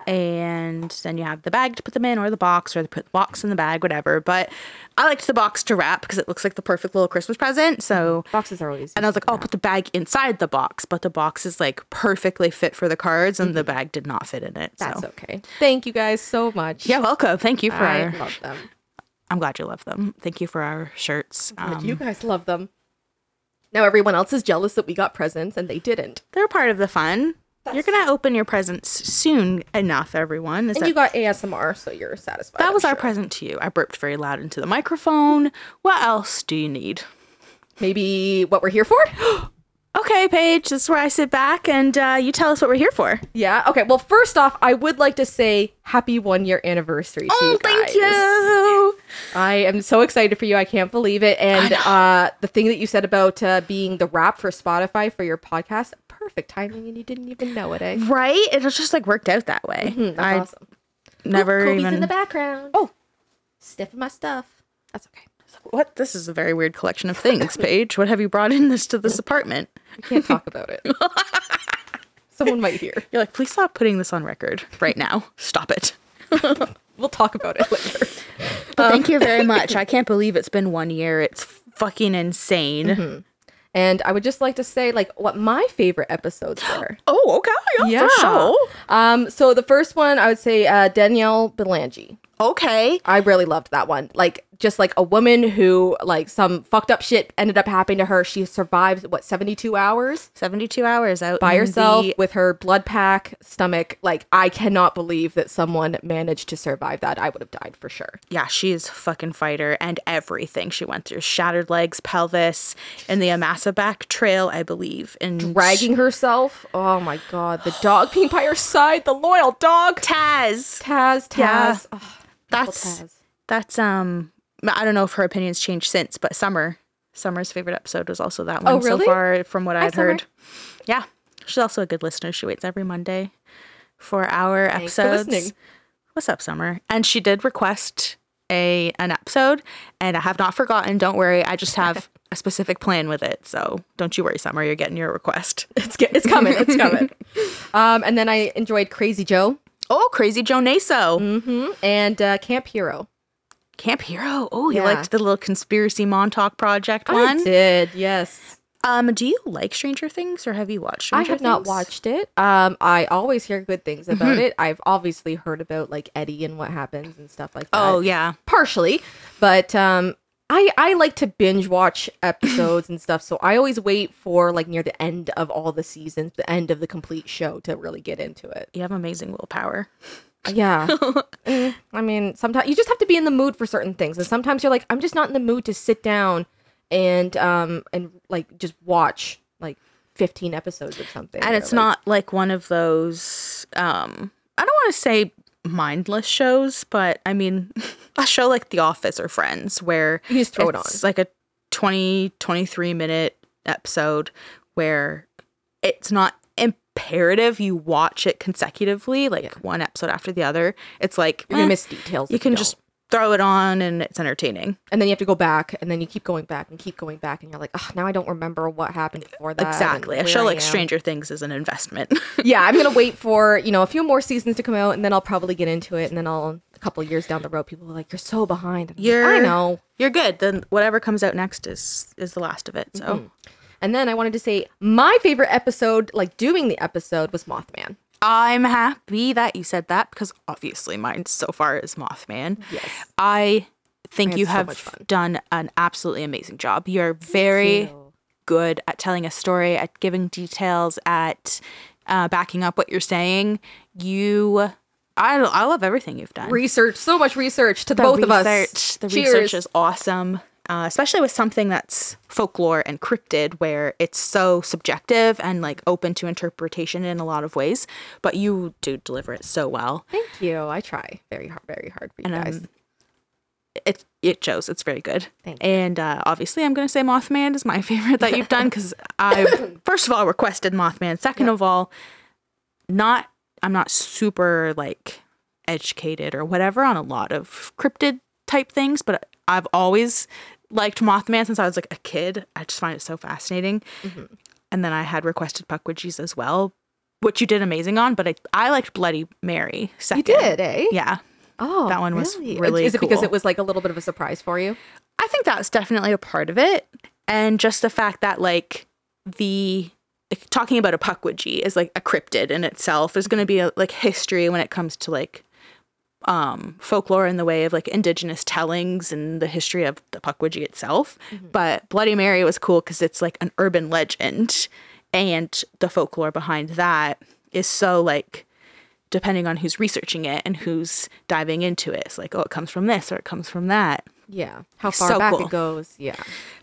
[SPEAKER 1] And then you have the bag to put them in, or the box, or the put the box in the bag, whatever. But I liked the box to wrap because it looks like the perfect little Christmas present. So,
[SPEAKER 2] Boxes are always.
[SPEAKER 1] and I was like, oh, put the bag inside the box, but the box is like perfectly fit for the cards, and the bag did not fit in it.
[SPEAKER 2] Mm-hmm. that's
[SPEAKER 1] so,
[SPEAKER 2] okay. Thank you guys so much.
[SPEAKER 1] yeah, welcome. Thank you for.
[SPEAKER 2] I
[SPEAKER 1] Our,
[SPEAKER 2] love them.
[SPEAKER 1] I'm glad you love them. Thank you for our shirts.
[SPEAKER 2] God,
[SPEAKER 1] Um,
[SPEAKER 2] you guys love them. Now everyone else is jealous that we got presents and they didn't.
[SPEAKER 1] They're part of the fun. You're gonna open your presents soon enough, everyone. Is
[SPEAKER 2] And
[SPEAKER 1] that,
[SPEAKER 2] you got ASMR, so you're satisfied.
[SPEAKER 1] that
[SPEAKER 2] I'm
[SPEAKER 1] was our
[SPEAKER 2] sure.
[SPEAKER 1] present to you. I burped very loud into the microphone. What else do you need?
[SPEAKER 2] Maybe what we're here for? [GASPS]
[SPEAKER 1] Okay, Paige, this is where I sit back and uh, you tell us what we're here for.
[SPEAKER 2] yeah. Okay. Well, first off, I would like to say happy one year anniversary to you guys.
[SPEAKER 1] Oh, you.
[SPEAKER 2] I am so excited for you. I can't believe it. And uh, the thing that you said about uh, being the rap for Spotify for your podcast, perfect timing and you didn't even know it, eh?
[SPEAKER 1] Right? It was just like worked out that way.
[SPEAKER 2] Mm-hmm, That's
[SPEAKER 1] Mm, I
[SPEAKER 2] awesome.
[SPEAKER 1] never
[SPEAKER 4] Kobe's
[SPEAKER 1] even.
[SPEAKER 4] in the background.
[SPEAKER 2] Oh.
[SPEAKER 4] sniffing my stuff.
[SPEAKER 2] That's okay.
[SPEAKER 1] What? This is a very weird collection of things, Paige. What have you brought in this to this apartment?
[SPEAKER 2] We can't talk about it. Someone might hear.
[SPEAKER 1] You're like, please stop putting this on record right now. Stop it.
[SPEAKER 2] We'll talk about it later.
[SPEAKER 1] But thank you [LAUGHS] very much. I can't believe it's been one year. It's fucking insane.
[SPEAKER 2] And I would just like to say, like, what my favorite episodes were.
[SPEAKER 1] Oh, okay. Yeah, For sure.
[SPEAKER 2] Um, so the first one, I would say uh, Danielle Belangi.
[SPEAKER 1] Okay.
[SPEAKER 2] I really loved that one. Like, just like a woman who, like, some fucked up shit ended up happening to her. She survived, what, 72 hours?
[SPEAKER 1] 72 hours out
[SPEAKER 2] by
[SPEAKER 1] in
[SPEAKER 2] herself
[SPEAKER 1] the-
[SPEAKER 2] with her blood pack stomach like i cannot believe that someone managed to survive that i would have died for sure
[SPEAKER 1] yeah, she is a fucking fighter and everything she went through shattered legs, pelvis, and the Amasaback Trail, I believe. And
[SPEAKER 2] dragging herself oh my god the dog being by her side the loyal dog
[SPEAKER 1] Taz.
[SPEAKER 2] taz taz
[SPEAKER 1] Yeah.
[SPEAKER 2] oh,
[SPEAKER 1] That's
[SPEAKER 2] Taz.
[SPEAKER 1] that's um I don't know if her opinion's changed since, but Summer, Summer's favorite episode was also that one
[SPEAKER 2] Oh,
[SPEAKER 1] so
[SPEAKER 2] really?
[SPEAKER 1] far from what I'd
[SPEAKER 2] Summer.
[SPEAKER 1] heard. Yeah. She's also a good listener. She waits every Monday for our
[SPEAKER 2] Thanks for
[SPEAKER 1] episodes.
[SPEAKER 2] listening.
[SPEAKER 1] What's up, Summer? And she did request a an episode and I have not forgotten, don't worry. I just
[SPEAKER 2] [LAUGHS]
[SPEAKER 1] have a specific plan with it. So don't you worry, Summer, you're getting your request.
[SPEAKER 2] it's, get- it's coming
[SPEAKER 1] [LAUGHS]
[SPEAKER 2] it's coming um and then i enjoyed crazy joe
[SPEAKER 1] Oh, crazy Joe Naso.
[SPEAKER 2] and uh, camp hero
[SPEAKER 1] Camp Hero. Oh, you
[SPEAKER 2] Yeah.
[SPEAKER 1] liked the little conspiracy Montauk Project one.
[SPEAKER 2] i did yes
[SPEAKER 1] Um, do you like Stranger Things or have you watched
[SPEAKER 2] I
[SPEAKER 1] Stranger
[SPEAKER 2] have not
[SPEAKER 1] Things? Mm-hmm.
[SPEAKER 2] watched it. Um, I always hear good things about it. I've obviously heard about like Eddie and what happens and stuff like that.
[SPEAKER 1] Oh yeah.
[SPEAKER 2] partially but um i i like to binge watch episodes and stuff so i always wait for like near the end of all the seasons the end of the complete show to really get into it
[SPEAKER 1] You have amazing willpower.
[SPEAKER 2] [LAUGHS] yeah Mm, i mean sometimes you just have to be in the mood for certain things and sometimes you're like i'm just not in the mood to sit down and um and like just watch like 15 episodes of something
[SPEAKER 1] And
[SPEAKER 2] or,
[SPEAKER 1] it's
[SPEAKER 2] like-
[SPEAKER 1] not like one of those um I don't want to say mindless shows, but I mean [LAUGHS] a show like The Office or Friends where
[SPEAKER 2] you just throw it on
[SPEAKER 1] it's like a 20 23 minute episode where it's not imperative you watch it consecutively like one episode after the other. It's like
[SPEAKER 2] you're gonna
[SPEAKER 1] eh,
[SPEAKER 2] miss details
[SPEAKER 1] you
[SPEAKER 2] if
[SPEAKER 1] can
[SPEAKER 2] don't.
[SPEAKER 1] just throw it on and it's entertaining.
[SPEAKER 2] and then you have to go back and then you keep going back and keep going back and you're like oh now i don't remember what happened before that and
[SPEAKER 1] Exactly. A
[SPEAKER 2] where
[SPEAKER 1] show
[SPEAKER 2] I
[SPEAKER 1] like
[SPEAKER 2] am."
[SPEAKER 1] Stranger Things is an investment. [LAUGHS]
[SPEAKER 2] yeah i'm gonna wait for you know a few more seasons to come out and then i'll probably get into it and then i'll a couple of years down the road people are like you're so behind And I'm like,
[SPEAKER 1] You're-
[SPEAKER 2] i know
[SPEAKER 1] You're good. Then whatever comes out next is is the last of it. So
[SPEAKER 2] and then i wanted to say my favorite episode like doing the episode was mothman
[SPEAKER 1] I'm happy that you said that because obviously mine so far is Mothman.
[SPEAKER 2] Yes.
[SPEAKER 1] I think
[SPEAKER 2] had
[SPEAKER 1] you
[SPEAKER 2] so
[SPEAKER 1] have
[SPEAKER 2] much fun.
[SPEAKER 1] done an absolutely amazing job. You're very
[SPEAKER 2] you.
[SPEAKER 1] good at telling a story, at giving details, at uh, backing up what you're saying. You, I, I love everything you've done.
[SPEAKER 2] research so much research to
[SPEAKER 1] the
[SPEAKER 2] both
[SPEAKER 1] research,
[SPEAKER 2] of us
[SPEAKER 1] The
[SPEAKER 2] Cheers.
[SPEAKER 1] research is awesome, uh, especially with something that's folklore and cryptid, where it's so subjective and like open to interpretation in a lot of ways. But you do deliver it so well.
[SPEAKER 2] thank you i try very hard very hard for you
[SPEAKER 1] And,
[SPEAKER 2] guys
[SPEAKER 1] um, It it shows. It's very good.
[SPEAKER 2] Thank you.
[SPEAKER 1] And uh, obviously, I'm going to say Mothman is my [LAUGHS] favorite that you've done because
[SPEAKER 2] [LAUGHS]
[SPEAKER 1] I first of all requested Mothman. Second of all, not I'm not super like educated or whatever on a lot of cryptid type things, but I've always liked Mothman since I was like a kid. I just find it so fascinating.
[SPEAKER 2] Mm-hmm.
[SPEAKER 1] And then I had requested Puckwidgies as well, which you did amazing on. But I, I liked Bloody Mary
[SPEAKER 2] you
[SPEAKER 1] second.
[SPEAKER 2] did eh
[SPEAKER 1] yeah.
[SPEAKER 2] oh
[SPEAKER 1] that one was
[SPEAKER 2] really?
[SPEAKER 1] really
[SPEAKER 2] is it because
[SPEAKER 1] cool.
[SPEAKER 2] it was like a little bit of a surprise for you
[SPEAKER 1] I think that's definitely a part of it. And just the fact that like the like, talking about a puckwidgie is like a cryptid in itself. There's going to be a, like history when it comes to like um folklore in the way of like indigenous tellings and the history of the puckwidgie itself. But Bloody Mary was cool cuz it's like an urban legend and the folklore behind that is so like depending on who's researching it and who's diving into it. It's like oh it comes from this or it comes from that.
[SPEAKER 2] yeah how far
[SPEAKER 1] So
[SPEAKER 2] back
[SPEAKER 1] cool.
[SPEAKER 2] it goes yeah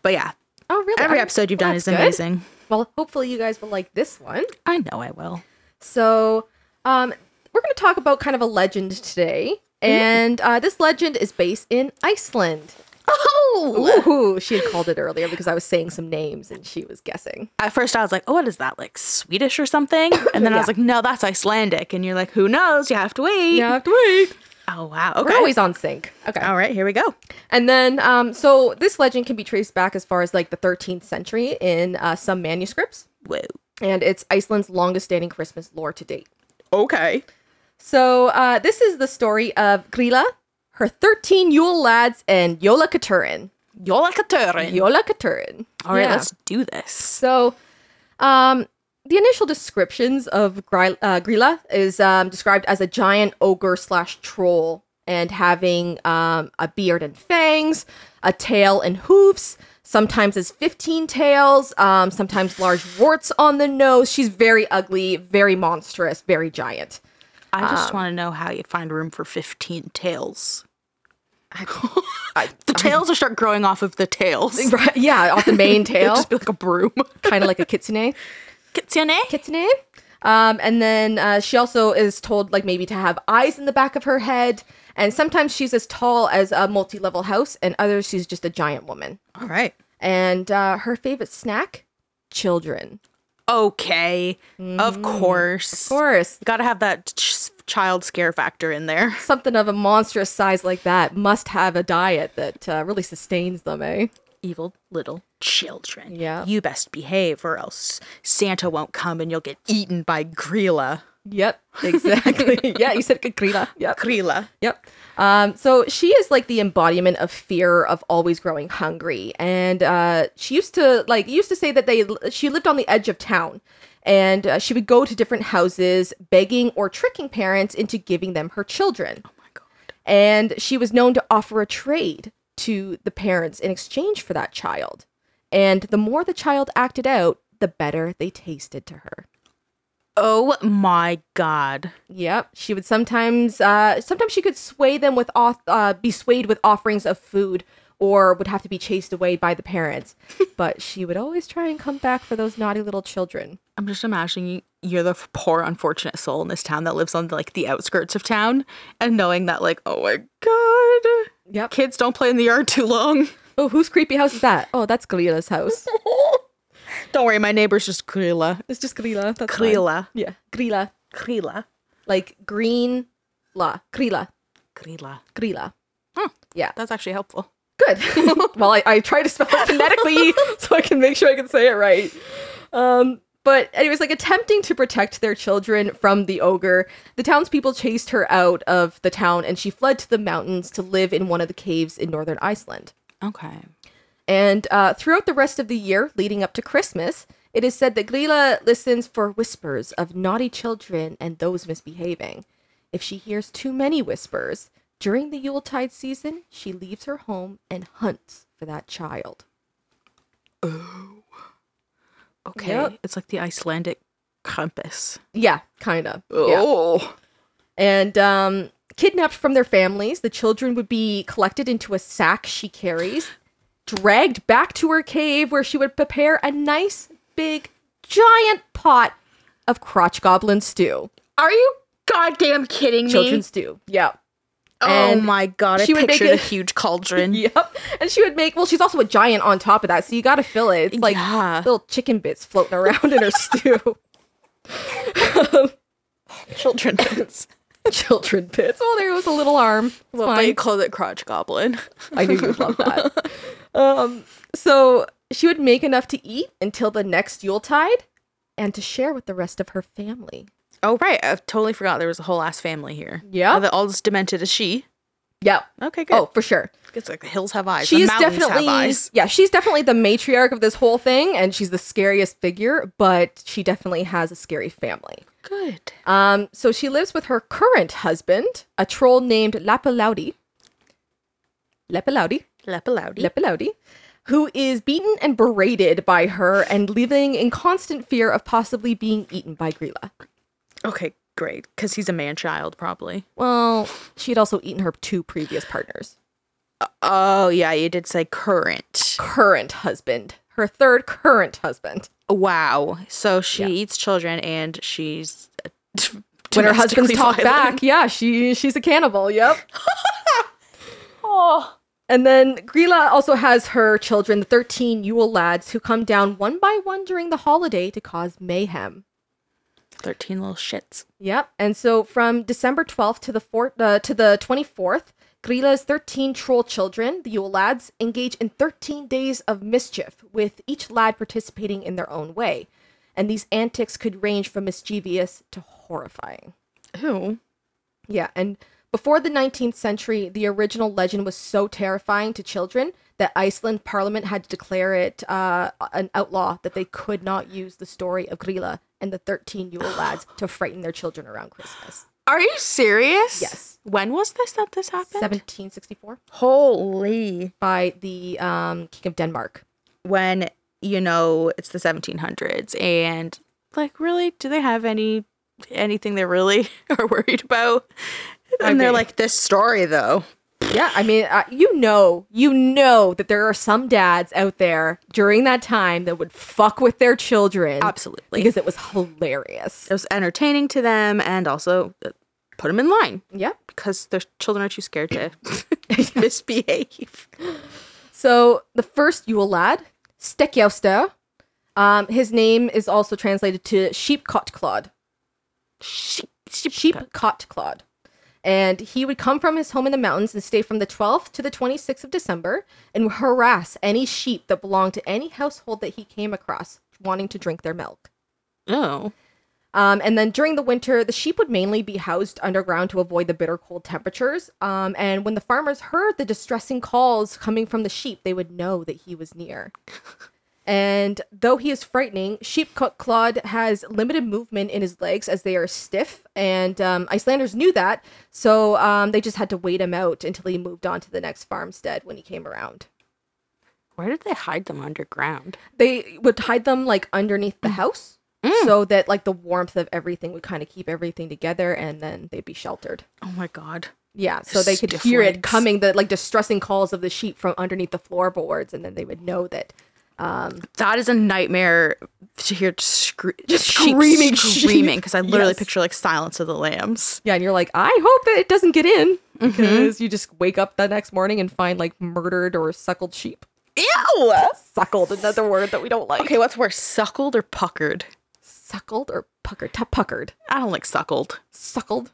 [SPEAKER 1] But yeah,
[SPEAKER 2] oh really
[SPEAKER 1] Every
[SPEAKER 2] I'm-
[SPEAKER 1] episode you've
[SPEAKER 2] well,
[SPEAKER 1] done is
[SPEAKER 2] that's good.
[SPEAKER 1] amazing.
[SPEAKER 2] Well, hopefully you guys will like this one.
[SPEAKER 1] I know I will.
[SPEAKER 2] So, um, we're going to talk about kind of a legend today, and uh, this legend is based in Iceland.
[SPEAKER 4] Oh,
[SPEAKER 2] Ooh, she had called it earlier because I was saying some names and she was guessing.
[SPEAKER 1] At first, I was like, "Oh, what is that? Like Swedish or
[SPEAKER 2] [COUGHS]
[SPEAKER 1] something?" And then I was like, "No, that's Icelandic." And you're like, "Who knows? You have to wait."
[SPEAKER 2] have to wait.
[SPEAKER 1] Oh wow. Okay.
[SPEAKER 2] We're always on sync. Okay.
[SPEAKER 1] All right. Here we go.
[SPEAKER 2] And then, um, so this legend can be traced back as far as like the 13th century in uh, some manuscripts,
[SPEAKER 1] Whoa.
[SPEAKER 2] and it's Iceland's longest standing Christmas lore to date.
[SPEAKER 1] Okay.
[SPEAKER 2] So uh, this is the story of Grilla, her 13 Yule lads, and Yola Katurin.
[SPEAKER 1] You're like a turret.
[SPEAKER 2] Yola Katurin.
[SPEAKER 1] All right.
[SPEAKER 2] Yeah.
[SPEAKER 1] Let's do this.
[SPEAKER 2] So, um, the initial descriptions of Gri- uh, Grilla is um, described as a giant ogre slash troll and having um, a beard and fangs, a tail and hooves. Sometimes it's 15 tails, um, sometimes large warts on the nose. She's very ugly, very monstrous, very giant.
[SPEAKER 1] I just want to know how you find room for 15 tails. [LAUGHS] the tails will start growing off of the tails. It'll
[SPEAKER 2] Right, yeah, off the [LAUGHS] main tail,
[SPEAKER 1] just be [LAUGHS] like a broom.
[SPEAKER 2] kind of like a kitsune.
[SPEAKER 1] Kitsune?
[SPEAKER 2] kitsune. Um, and then uh, she also is told like maybe to have eyes in the back of her head. And sometimes she's as tall as a multi-level house, and others she's just a giant woman.
[SPEAKER 1] All right.
[SPEAKER 2] And uh, her favorite snack, children.
[SPEAKER 1] Okay. Of course.
[SPEAKER 2] Of course,
[SPEAKER 1] You gotta have that ch- child scare factor in there.
[SPEAKER 2] something of a monstrous size like that must have a diet that uh, really sustains them, eh?
[SPEAKER 1] Evil little children.
[SPEAKER 2] Yeah.
[SPEAKER 1] You best behave, or else Santa won't come and you'll get eaten by Grilla.
[SPEAKER 2] Yep, exactly. [LAUGHS] yeah, you said kakrila. Yep.
[SPEAKER 1] Grilla.
[SPEAKER 2] Yep. Um, so she is like the embodiment of fear of always growing hungry, and uh, she used to like used to say that they she lived on the edge of town, and uh, she would go to different houses begging or tricking parents into giving them her children,
[SPEAKER 1] Oh my god.
[SPEAKER 2] and she was known to offer a trade to the parents in exchange for that child, and the more the child acted out, the better they tasted to her.
[SPEAKER 1] Oh my god.
[SPEAKER 2] Yep, she would sometimes. Uh, sometimes she could sway them with off, uh, be swayed with offerings of food, or would have to be chased away by the [LAUGHS] parents. but she would always try and come back for those naughty little children.
[SPEAKER 1] I'm just imagining you're the poor, unfortunate soul in this town that lives on like the outskirts of town, and knowing that like, oh my god,
[SPEAKER 2] Yep.
[SPEAKER 1] kids don't play in the yard too long.
[SPEAKER 2] Oh, whose creepy house is that? Oh, that's Galila's house.
[SPEAKER 1] Don't worry, my neighbor's just Krila.
[SPEAKER 2] [LAUGHS] it's just Galila. That's fine.
[SPEAKER 1] Krila.
[SPEAKER 2] Yeah, Grilla.
[SPEAKER 1] Krila.
[SPEAKER 2] Like green, la Grilla,
[SPEAKER 1] Krila.
[SPEAKER 2] Grilla.
[SPEAKER 1] Huh.
[SPEAKER 2] Yeah.
[SPEAKER 1] That's actually helpful.
[SPEAKER 2] Good. [LAUGHS] well, I, I try to spell it phonetically [LAUGHS] so I can make sure I can say it right. Um, but anyways, like attempting to protect their children from the ogre, the townspeople chased her out of the town and she fled to the mountains to live in one of the caves in northern Iceland.
[SPEAKER 1] Okay.
[SPEAKER 2] And uh, throughout the rest of the year leading up to Christmas, it is said that Grilla listens for whispers of naughty children and those misbehaving. If she hears too many whispers during the Yuletide season, she leaves her home and hunts for that child.
[SPEAKER 1] Okay.
[SPEAKER 2] Yep.
[SPEAKER 1] It's like the Icelandic compass.
[SPEAKER 2] Yeah, kind of. Yeah.
[SPEAKER 1] Oh.
[SPEAKER 2] and um, kidnapped from their families. The children would be collected into a sack she carries, dragged back to her cave where she would prepare a nice, big, giant pot of crotch goblin stew.
[SPEAKER 4] are you goddamn kidding me?
[SPEAKER 2] Children stew. Yeah.
[SPEAKER 1] oh
[SPEAKER 2] And
[SPEAKER 1] my god. I
[SPEAKER 2] she would make
[SPEAKER 1] pictured
[SPEAKER 2] it-
[SPEAKER 1] a huge [LAUGHS] cauldron.
[SPEAKER 2] [LAUGHS] Yep. And she would make, well, she's also a giant on top of that. So you got to fill it. It's like
[SPEAKER 1] Yeah.
[SPEAKER 2] little chicken bits floating around in her [LAUGHS] stew.
[SPEAKER 1] Children. [LAUGHS] That's
[SPEAKER 2] Children bits. Oh, there was a little arm. It's
[SPEAKER 1] why
[SPEAKER 2] fine.
[SPEAKER 1] you call it crotch goblin.
[SPEAKER 2] [LAUGHS] I knew you'd love that. Um, so she would make enough to eat until the next Yuletide and to share with the rest of her family.
[SPEAKER 1] Oh right. I totally forgot there was a whole ass family here.
[SPEAKER 2] Yeah.
[SPEAKER 1] All the- All as demented as she.
[SPEAKER 2] Yep.
[SPEAKER 1] Okay, good.
[SPEAKER 2] Oh, for sure.
[SPEAKER 1] It's like the hills have eyes.
[SPEAKER 2] She
[SPEAKER 1] the
[SPEAKER 2] is
[SPEAKER 1] mountains
[SPEAKER 2] definitely
[SPEAKER 1] have eyes.
[SPEAKER 2] yeah, she's definitely the matriarch of this whole thing and she's the scariest figure, but she definitely has a scary family.
[SPEAKER 1] Good.
[SPEAKER 2] Um, so she lives with her current husband, a troll named Lapalaudi. Lapalaudi.
[SPEAKER 1] Lepaloudi.
[SPEAKER 2] Lepilaudi, who is beaten and berated by her and living in constant fear of possibly being eaten by Grilla.
[SPEAKER 1] okay, great. Because he's a man child, probably.
[SPEAKER 2] Well, she had also eaten her two previous partners.
[SPEAKER 1] Oh yeah, you did say current.
[SPEAKER 2] Current husband, her third current husband.
[SPEAKER 1] Wow. So she eats children and she's uh, [LAUGHS]
[SPEAKER 2] When her
[SPEAKER 1] domestically
[SPEAKER 2] husband's talked
[SPEAKER 1] violent.
[SPEAKER 2] back, yeah, she she's a cannibal. Yep.
[SPEAKER 1] Oh,
[SPEAKER 2] And then Grilla also has her children, the 13 Yule lads, who come down one by one during the holiday to cause mayhem.
[SPEAKER 1] 13 little shits.
[SPEAKER 2] Yep. And so from December 12th to the four, uh, to the 24th, Grilla's 13 troll children, the Yule lads, engage in 13 days of mischief, with each lad participating in their own way. And these antics could range from mischievous to horrifying.
[SPEAKER 1] Ew.
[SPEAKER 2] Yeah, and before the 19th century, the original legend was so terrifying to children that Iceland Parliament had to declare it uh, an outlaw that they could not use the story of Grilla and the 13
[SPEAKER 1] [GASPS]
[SPEAKER 2] Yule lads to frighten their children around Christmas.
[SPEAKER 1] Are you serious?
[SPEAKER 2] Yes.
[SPEAKER 1] When was this that this happened?
[SPEAKER 2] 1764
[SPEAKER 1] Holy.
[SPEAKER 2] by the um, King
[SPEAKER 1] [LAUGHS]
[SPEAKER 2] of Denmark.
[SPEAKER 1] When, you know, it's the 1700s and like really do they have any anything they [LAUGHS] really are worried about? And
[SPEAKER 2] I
[SPEAKER 1] they're
[SPEAKER 2] mean-
[SPEAKER 1] like this story though.
[SPEAKER 2] Yeah, I mean, uh, you know, you know that there are some dads out there during that time that would fuck with their children
[SPEAKER 1] Absolutely.
[SPEAKER 2] because it was hilarious.
[SPEAKER 1] it was entertaining to them and also uh, put them in line
[SPEAKER 2] Yep.
[SPEAKER 1] because their children are too scared to [LAUGHS] misbehave.
[SPEAKER 2] So the first Yule lad, Stekjauster, um, his name is also translated to sheep cot clod.
[SPEAKER 1] Sheep.
[SPEAKER 2] Sheep cot clod. And he would come from his home in the mountains and stay from the 12th to the 26th of December and harass any sheep that belonged to any household that he came across wanting to drink their milk.
[SPEAKER 1] Oh.
[SPEAKER 2] Um, and then during the winter, the sheep would mainly be housed underground to avoid the bitter cold temperatures. Um, and when the farmers heard the distressing calls coming from the sheep, they would know that he was near. and though he is frightening, sheep Cla- Claude has limited movement in his legs as they are stiff. And um, Icelanders knew that, so um, they just had to wait him out until he moved on to the next farmstead when he came around.
[SPEAKER 1] Where did they hide them underground?
[SPEAKER 2] They would hide them like underneath the house. So that like the warmth of everything would kind of keep everything together, and then they'd be sheltered.
[SPEAKER 1] Oh my god.
[SPEAKER 2] Yeah, so they could
[SPEAKER 1] Stiff
[SPEAKER 2] hear
[SPEAKER 1] legs.
[SPEAKER 2] it coming, the like distressing calls of the sheep from underneath the floorboards, and then they would know that.
[SPEAKER 1] That is a nightmare to hear scre- just
[SPEAKER 2] screaming sheep.
[SPEAKER 1] screaming because I literally
[SPEAKER 2] Yes.
[SPEAKER 1] picture like Silence of the Lambs.
[SPEAKER 2] Yeah, and you're like, I hope that it doesn't get in because you just wake up the next morning and find like murdered or suckled sheep.
[SPEAKER 1] Ew.
[SPEAKER 2] Suckled, another word that we don't like.
[SPEAKER 1] Okay, what's worse, suckled or puckered?
[SPEAKER 2] Suckled or puckered? T- puckered.
[SPEAKER 1] I don't like suckled. [LAUGHS]
[SPEAKER 2] Suckled.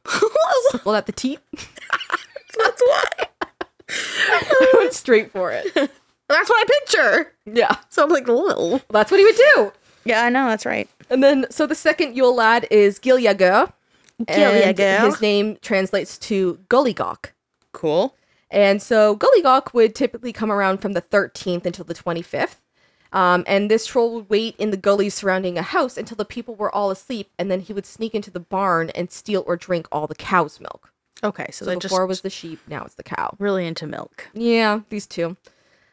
[SPEAKER 2] Suckled at the [LAUGHS] teat.
[SPEAKER 1] That's what.
[SPEAKER 2] I went straight for it.
[SPEAKER 1] That's what I picture.
[SPEAKER 2] [LAUGHS] Yeah, well,
[SPEAKER 1] So I'm like, little.
[SPEAKER 2] that's what he would do.
[SPEAKER 1] Yeah, I know. That's right.
[SPEAKER 2] And then, so the second Yule lad is Giljagur. and
[SPEAKER 1] Giljagur.
[SPEAKER 2] His name translates to Gullygawk.
[SPEAKER 1] Cool.
[SPEAKER 2] And so Gullygawk would typically come around from the 13th until the 25th. Um, and this troll would wait in the gullies surrounding a house until the people were all asleep, and then he would sneak into the barn and steal or drink all the cow's milk.
[SPEAKER 1] Okay, so,
[SPEAKER 2] So
[SPEAKER 1] they're
[SPEAKER 2] before
[SPEAKER 1] just
[SPEAKER 2] was the sheep, now it's the cow.
[SPEAKER 1] really into milk.
[SPEAKER 2] Yeah, these two.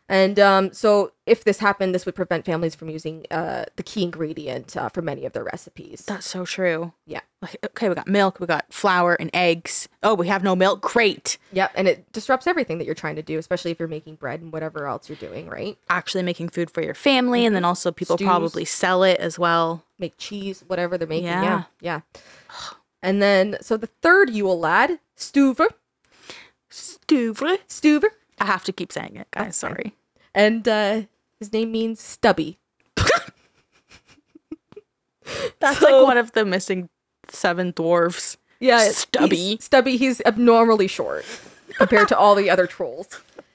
[SPEAKER 2] And um, so if this happened, this would prevent families from using uh, the key ingredient uh, for many of their recipes.
[SPEAKER 1] That's so true.
[SPEAKER 2] Yeah.
[SPEAKER 1] Like, okay, we got milk, we got flour and eggs. Oh, we have no milk. Great.
[SPEAKER 2] Yep, and it disrupts everything that you're trying to do, especially if you're making bread and whatever else you're doing, right?
[SPEAKER 1] Actually, making food for your family, and then also people
[SPEAKER 2] Stews.
[SPEAKER 1] probably sell it as well.
[SPEAKER 2] make cheese, whatever they're making.
[SPEAKER 1] Yeah.
[SPEAKER 2] Yeah. Yeah. And then, so the third Yule lad, Stuver,
[SPEAKER 1] Stuvre.
[SPEAKER 2] Stuver,
[SPEAKER 1] I have to keep saying it, guys. Sorry.
[SPEAKER 2] and uh, his name means stubby.
[SPEAKER 1] That's like
[SPEAKER 2] So-
[SPEAKER 1] one of the missing seven dwarves.
[SPEAKER 2] Yeah, it's-
[SPEAKER 1] Stubby.
[SPEAKER 2] he's- stubby. He's abnormally short compared to all the
[SPEAKER 1] [LAUGHS]
[SPEAKER 2] other trolls.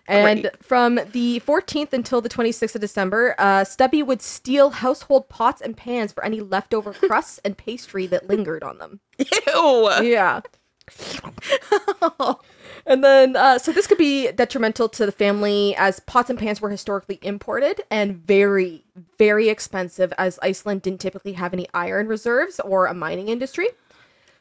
[SPEAKER 2] And from the 14th until the 26th of December, uh, Stubby would steal household pots and pans for any leftover [LAUGHS] crusts and pastry that lingered on them.
[SPEAKER 1] Ew. [LAUGHS]
[SPEAKER 2] yeah. and then, uh, so this could be detrimental to the family as pots and pans were historically imported and very, very expensive, as Iceland didn't typically have any iron reserves or a mining industry.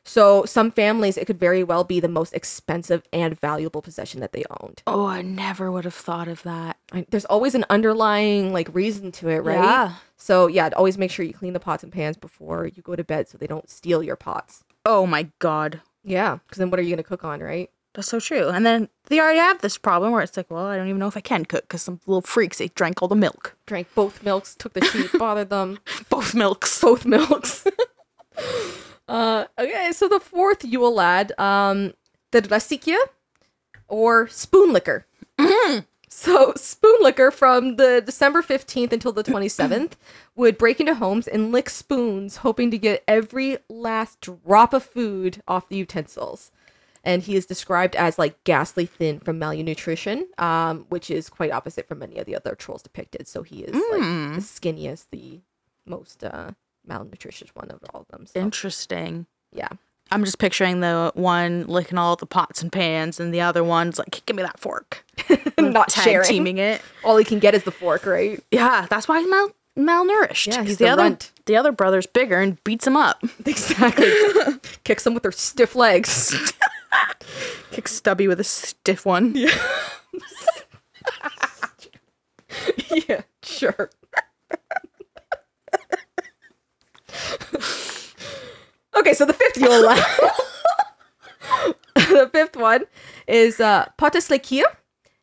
[SPEAKER 2] So, some families, it could very well be the most expensive and valuable possession that they owned.
[SPEAKER 1] Oh, I never would have thought of that.
[SPEAKER 2] I- There's always an underlying like reason to it, right?
[SPEAKER 1] Yeah.
[SPEAKER 2] So, yeah, always make sure you clean the pots and pans before you go to bed so they don't steal your pots.
[SPEAKER 1] Oh my god.
[SPEAKER 2] Yeah, because then what are you going to cook on, right?
[SPEAKER 1] That's so true. And then they already have this problem where it's like, well, I don't even know if I can cook because some little freaks they drank all the milk,
[SPEAKER 2] drank both milks, took the sheep, bothered them,
[SPEAKER 1] [LAUGHS] both milks.
[SPEAKER 2] both milks. uh, okay, so the fourth Yule lad, um, the Rasikia, or spoon licker. So spoon liquor from the December 15th until the 27th [CLEARS THROAT] would break into homes and lick spoons, hoping to get every last drop of food off the utensils. And he is described as like ghastly thin from malnutrition, um, which is quite opposite from many of the other trolls depicted. So he is like the skinniest, the most uh, malnutritious one of all of them. So,
[SPEAKER 1] Interesting.
[SPEAKER 2] yeah.
[SPEAKER 1] I'm just picturing the one licking all the pots and pans, and the other one's like, "Give me that fork."
[SPEAKER 2] Not
[SPEAKER 1] Tag
[SPEAKER 2] sharing.
[SPEAKER 1] teaming it.
[SPEAKER 2] All he can get is the fork, right?
[SPEAKER 1] Yeah, that's why he's mal- malnourished.
[SPEAKER 2] Yeah,
[SPEAKER 1] 'cause
[SPEAKER 2] he's
[SPEAKER 1] the
[SPEAKER 2] a
[SPEAKER 1] other
[SPEAKER 2] runt.
[SPEAKER 1] the other brother's bigger and beats him up.
[SPEAKER 2] Exactly. [LAUGHS] Kicks them with their stiff legs.
[SPEAKER 1] Kicks Stubby with a stiff one.
[SPEAKER 2] yeah, sure. okay, so the fifth you'll laugh. [LAUGHS] the fifth one is uh, Potaslekia,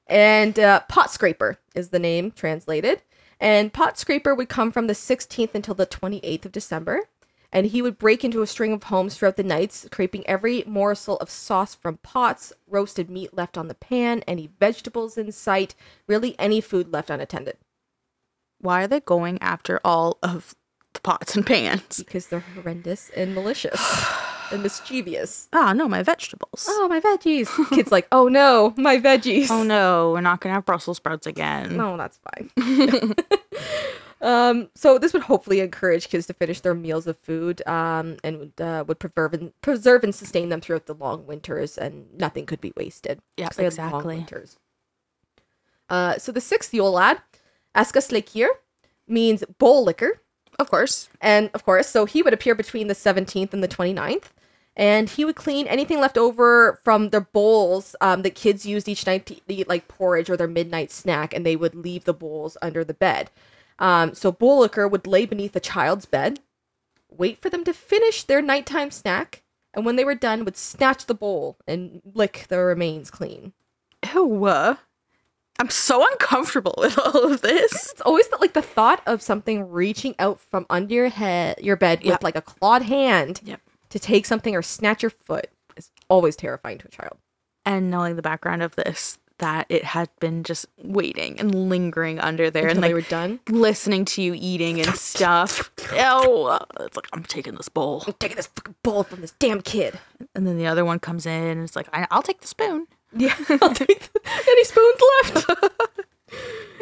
[SPEAKER 2] and uh, pot scraper is the name translated. And pot scraper would come from the 16th until the 28th of December, and he would break into a string of homes throughout the nights, scraping every morsel of sauce from pots, roasted meat left on the pan, any vegetables in sight, really any food left unattended.
[SPEAKER 1] Why are they going after all of the pots and pans?
[SPEAKER 2] because they're horrendous and malicious
[SPEAKER 1] [SIGHS]
[SPEAKER 2] and mischievous.
[SPEAKER 1] Ah, no, my vegetables.
[SPEAKER 2] Oh, my veggies. [LAUGHS] Kids like, oh no, my veggies.
[SPEAKER 1] Oh no, we're not gonna have Brussels sprouts again.
[SPEAKER 2] [LAUGHS] No, that's fine. [LAUGHS] um, so this would hopefully encourage kids to finish their meals of food um, and would, uh, would preserve and, preserve and sustain them throughout the long winters and nothing could be wasted.
[SPEAKER 1] Yeah,
[SPEAKER 2] So they had long
[SPEAKER 1] exactly.
[SPEAKER 2] winters. Uh, so the sixth Yule lad, Askasleikir, means bowl liquor.
[SPEAKER 1] Of course.
[SPEAKER 2] And of course, so he would appear between the 17th and the 29th. And he would clean anything left over from their bowls um, that kids used each night to eat, like porridge or their midnight snack, and they would leave the bowls under the bed. Um, so bowl liquor would lay beneath a child's bed, wait for them to finish their nighttime snack, and when they were done, would snatch the bowl and lick the remains clean.
[SPEAKER 1] Ew. I'm so uncomfortable with all of this.
[SPEAKER 2] It's always the, like the thought of something reaching out from under your head, your bed, with
[SPEAKER 1] Yep.
[SPEAKER 2] like a clawed hand.
[SPEAKER 1] Yep.
[SPEAKER 2] to take something or snatch your foot is always terrifying to a child.
[SPEAKER 1] And knowing the background of this, that it had been just waiting and lingering under there
[SPEAKER 2] Until
[SPEAKER 1] and like
[SPEAKER 2] they were done.
[SPEAKER 1] listening to you eating and stuff. [LAUGHS] Ew. It's like, I'm taking this bowl.
[SPEAKER 2] I'm taking this fucking bowl from this damn kid.
[SPEAKER 1] And then the other one comes in and it's like, I- I'll take the spoon.
[SPEAKER 2] [LAUGHS] Yeah. I'll take the- any spoons left? [LAUGHS]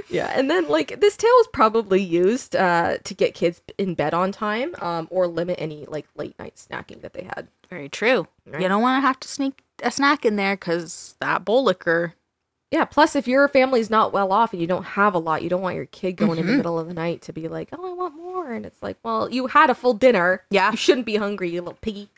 [SPEAKER 2] yeah. And then, like, this tale was probably used uh, to get kids in bed on time um, or limit any, like, late night snacking that they had.
[SPEAKER 1] Very true.
[SPEAKER 2] Right.
[SPEAKER 1] You don't want to have to sneak a snack in there because that bowl liquor.
[SPEAKER 2] Yeah. Plus, if your family's not well off and you don't have a lot, you don't want your kid going in the middle of the night to be like, oh, I want more. And it's like, well, you had a full dinner.
[SPEAKER 1] Yeah.
[SPEAKER 2] You shouldn't be hungry, you little piggy.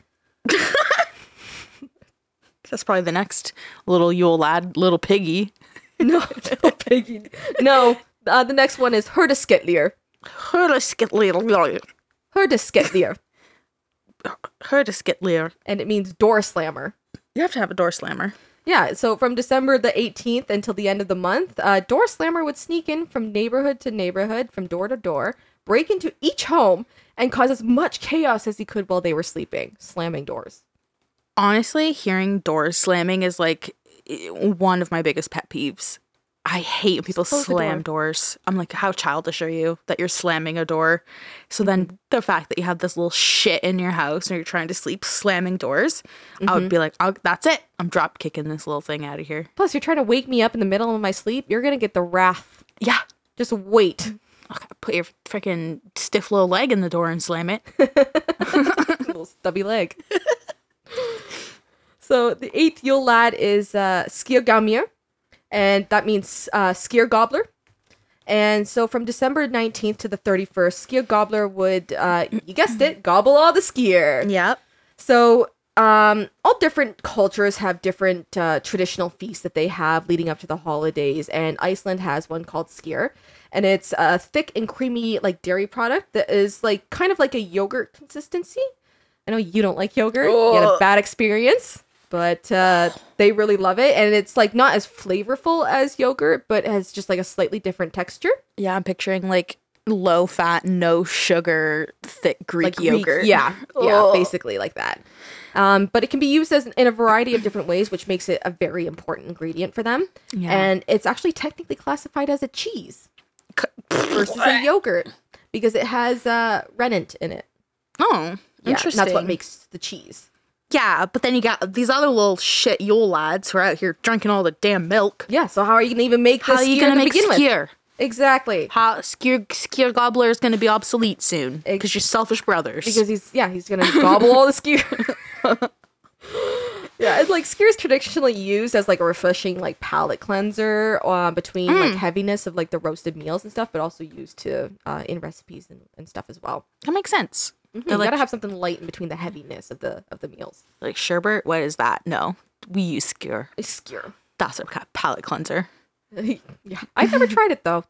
[SPEAKER 1] That's probably the next little Yule lad, little piggy.
[SPEAKER 2] [LAUGHS] No, no, Piggy. No, uh, the next one is Hurdisketlir.
[SPEAKER 1] Hurdiskitlir.
[SPEAKER 2] Hurdisketlir. And it means door slammer.
[SPEAKER 1] You have to have a door slammer.
[SPEAKER 2] Yeah, so from December the 18th until the end of the month, uh, door slammer would sneak in from neighborhood to neighborhood, from door to door, break into each home, and cause as much chaos as he could while they were sleeping, slamming doors.
[SPEAKER 1] Honestly, hearing doors slamming is like eh, one of my biggest pet peeves. I hate when people
[SPEAKER 2] close the
[SPEAKER 1] slam doors. I'm like, how childish are you that you're slamming a door? So
[SPEAKER 2] Mm-hmm.
[SPEAKER 1] then the fact that you have this little shit in your house and you're trying to sleep slamming doors, I
[SPEAKER 2] Mm-hmm.
[SPEAKER 1] would be like, I'll, that's it. I'm drop kicking this little thing out of here.
[SPEAKER 2] Plus, you're trying to wake me up in the middle of my sleep. You're going to get the wrath.
[SPEAKER 1] Yeah.
[SPEAKER 2] Just wait.
[SPEAKER 1] Okay, put your freaking stiff little leg in the door and slam it.
[SPEAKER 2] little stubby leg. so the eighth Yule lad is uh, Skirgamir, and that means uh, Skier Gobbler. And so from December 19th to the 31st, Skier Gobbler would, uh, you guessed it, gobble all the skier.
[SPEAKER 1] Yep.
[SPEAKER 2] So um, all different cultures have different uh, traditional feasts that they have leading up to the holidays, and Iceland has one called skyr, and it's a thick and creamy like dairy product that is like kind of like a yogurt consistency. I know you don't like yogurt; you had a
[SPEAKER 1] Ugh.
[SPEAKER 2] bad experience, but uh, they really love it, and it's like not as flavorful as yogurt, but has just like a slightly different texture.
[SPEAKER 1] Yeah, I'm picturing like low fat, no sugar, thick Greek
[SPEAKER 2] like Greek-
[SPEAKER 1] yogurt.
[SPEAKER 2] yeah, yeah,
[SPEAKER 1] Ugh.
[SPEAKER 2] basically like that. Um, but it can be used as in a variety of different ways, which makes it a very important ingredient for them.
[SPEAKER 1] Yeah.
[SPEAKER 2] And it's actually technically classified as a cheese versus a yogurt because it has uh, rennet in it.
[SPEAKER 1] Oh,
[SPEAKER 2] Yeah, and
[SPEAKER 1] interesting.
[SPEAKER 2] That's what makes the cheese.
[SPEAKER 1] Yeah, but then you got these other little shit Yule lads who are out here drinking all the damn milk.
[SPEAKER 2] Yeah. So how are you gonna even make?
[SPEAKER 1] How
[SPEAKER 2] the
[SPEAKER 1] are you
[SPEAKER 2] skyr
[SPEAKER 1] gonna
[SPEAKER 2] to
[SPEAKER 1] make
[SPEAKER 2] begin with?
[SPEAKER 1] skyr?
[SPEAKER 2] Exactly.
[SPEAKER 1] How skyr skyr gobbler is gonna be obsolete soon because you're selfish brothers.
[SPEAKER 2] because he's yeah he's gonna gobble all the skewer. [LAUGHS] yeah, it's like skewer is traditionally used as like a refreshing like palate cleanser uh, between like heaviness of like the roasted meals and stuff, but also used to uh, in recipes and, and stuff as well.
[SPEAKER 1] that makes sense.
[SPEAKER 2] You
[SPEAKER 1] They're like,
[SPEAKER 2] gotta have something light in between the heaviness of the of the meals.
[SPEAKER 1] like sherbet. What is that? No, we use skyr.
[SPEAKER 2] Skewer.
[SPEAKER 1] That's a ca- palate cleanser.
[SPEAKER 2] [LAUGHS] yeah, I've never tried it though.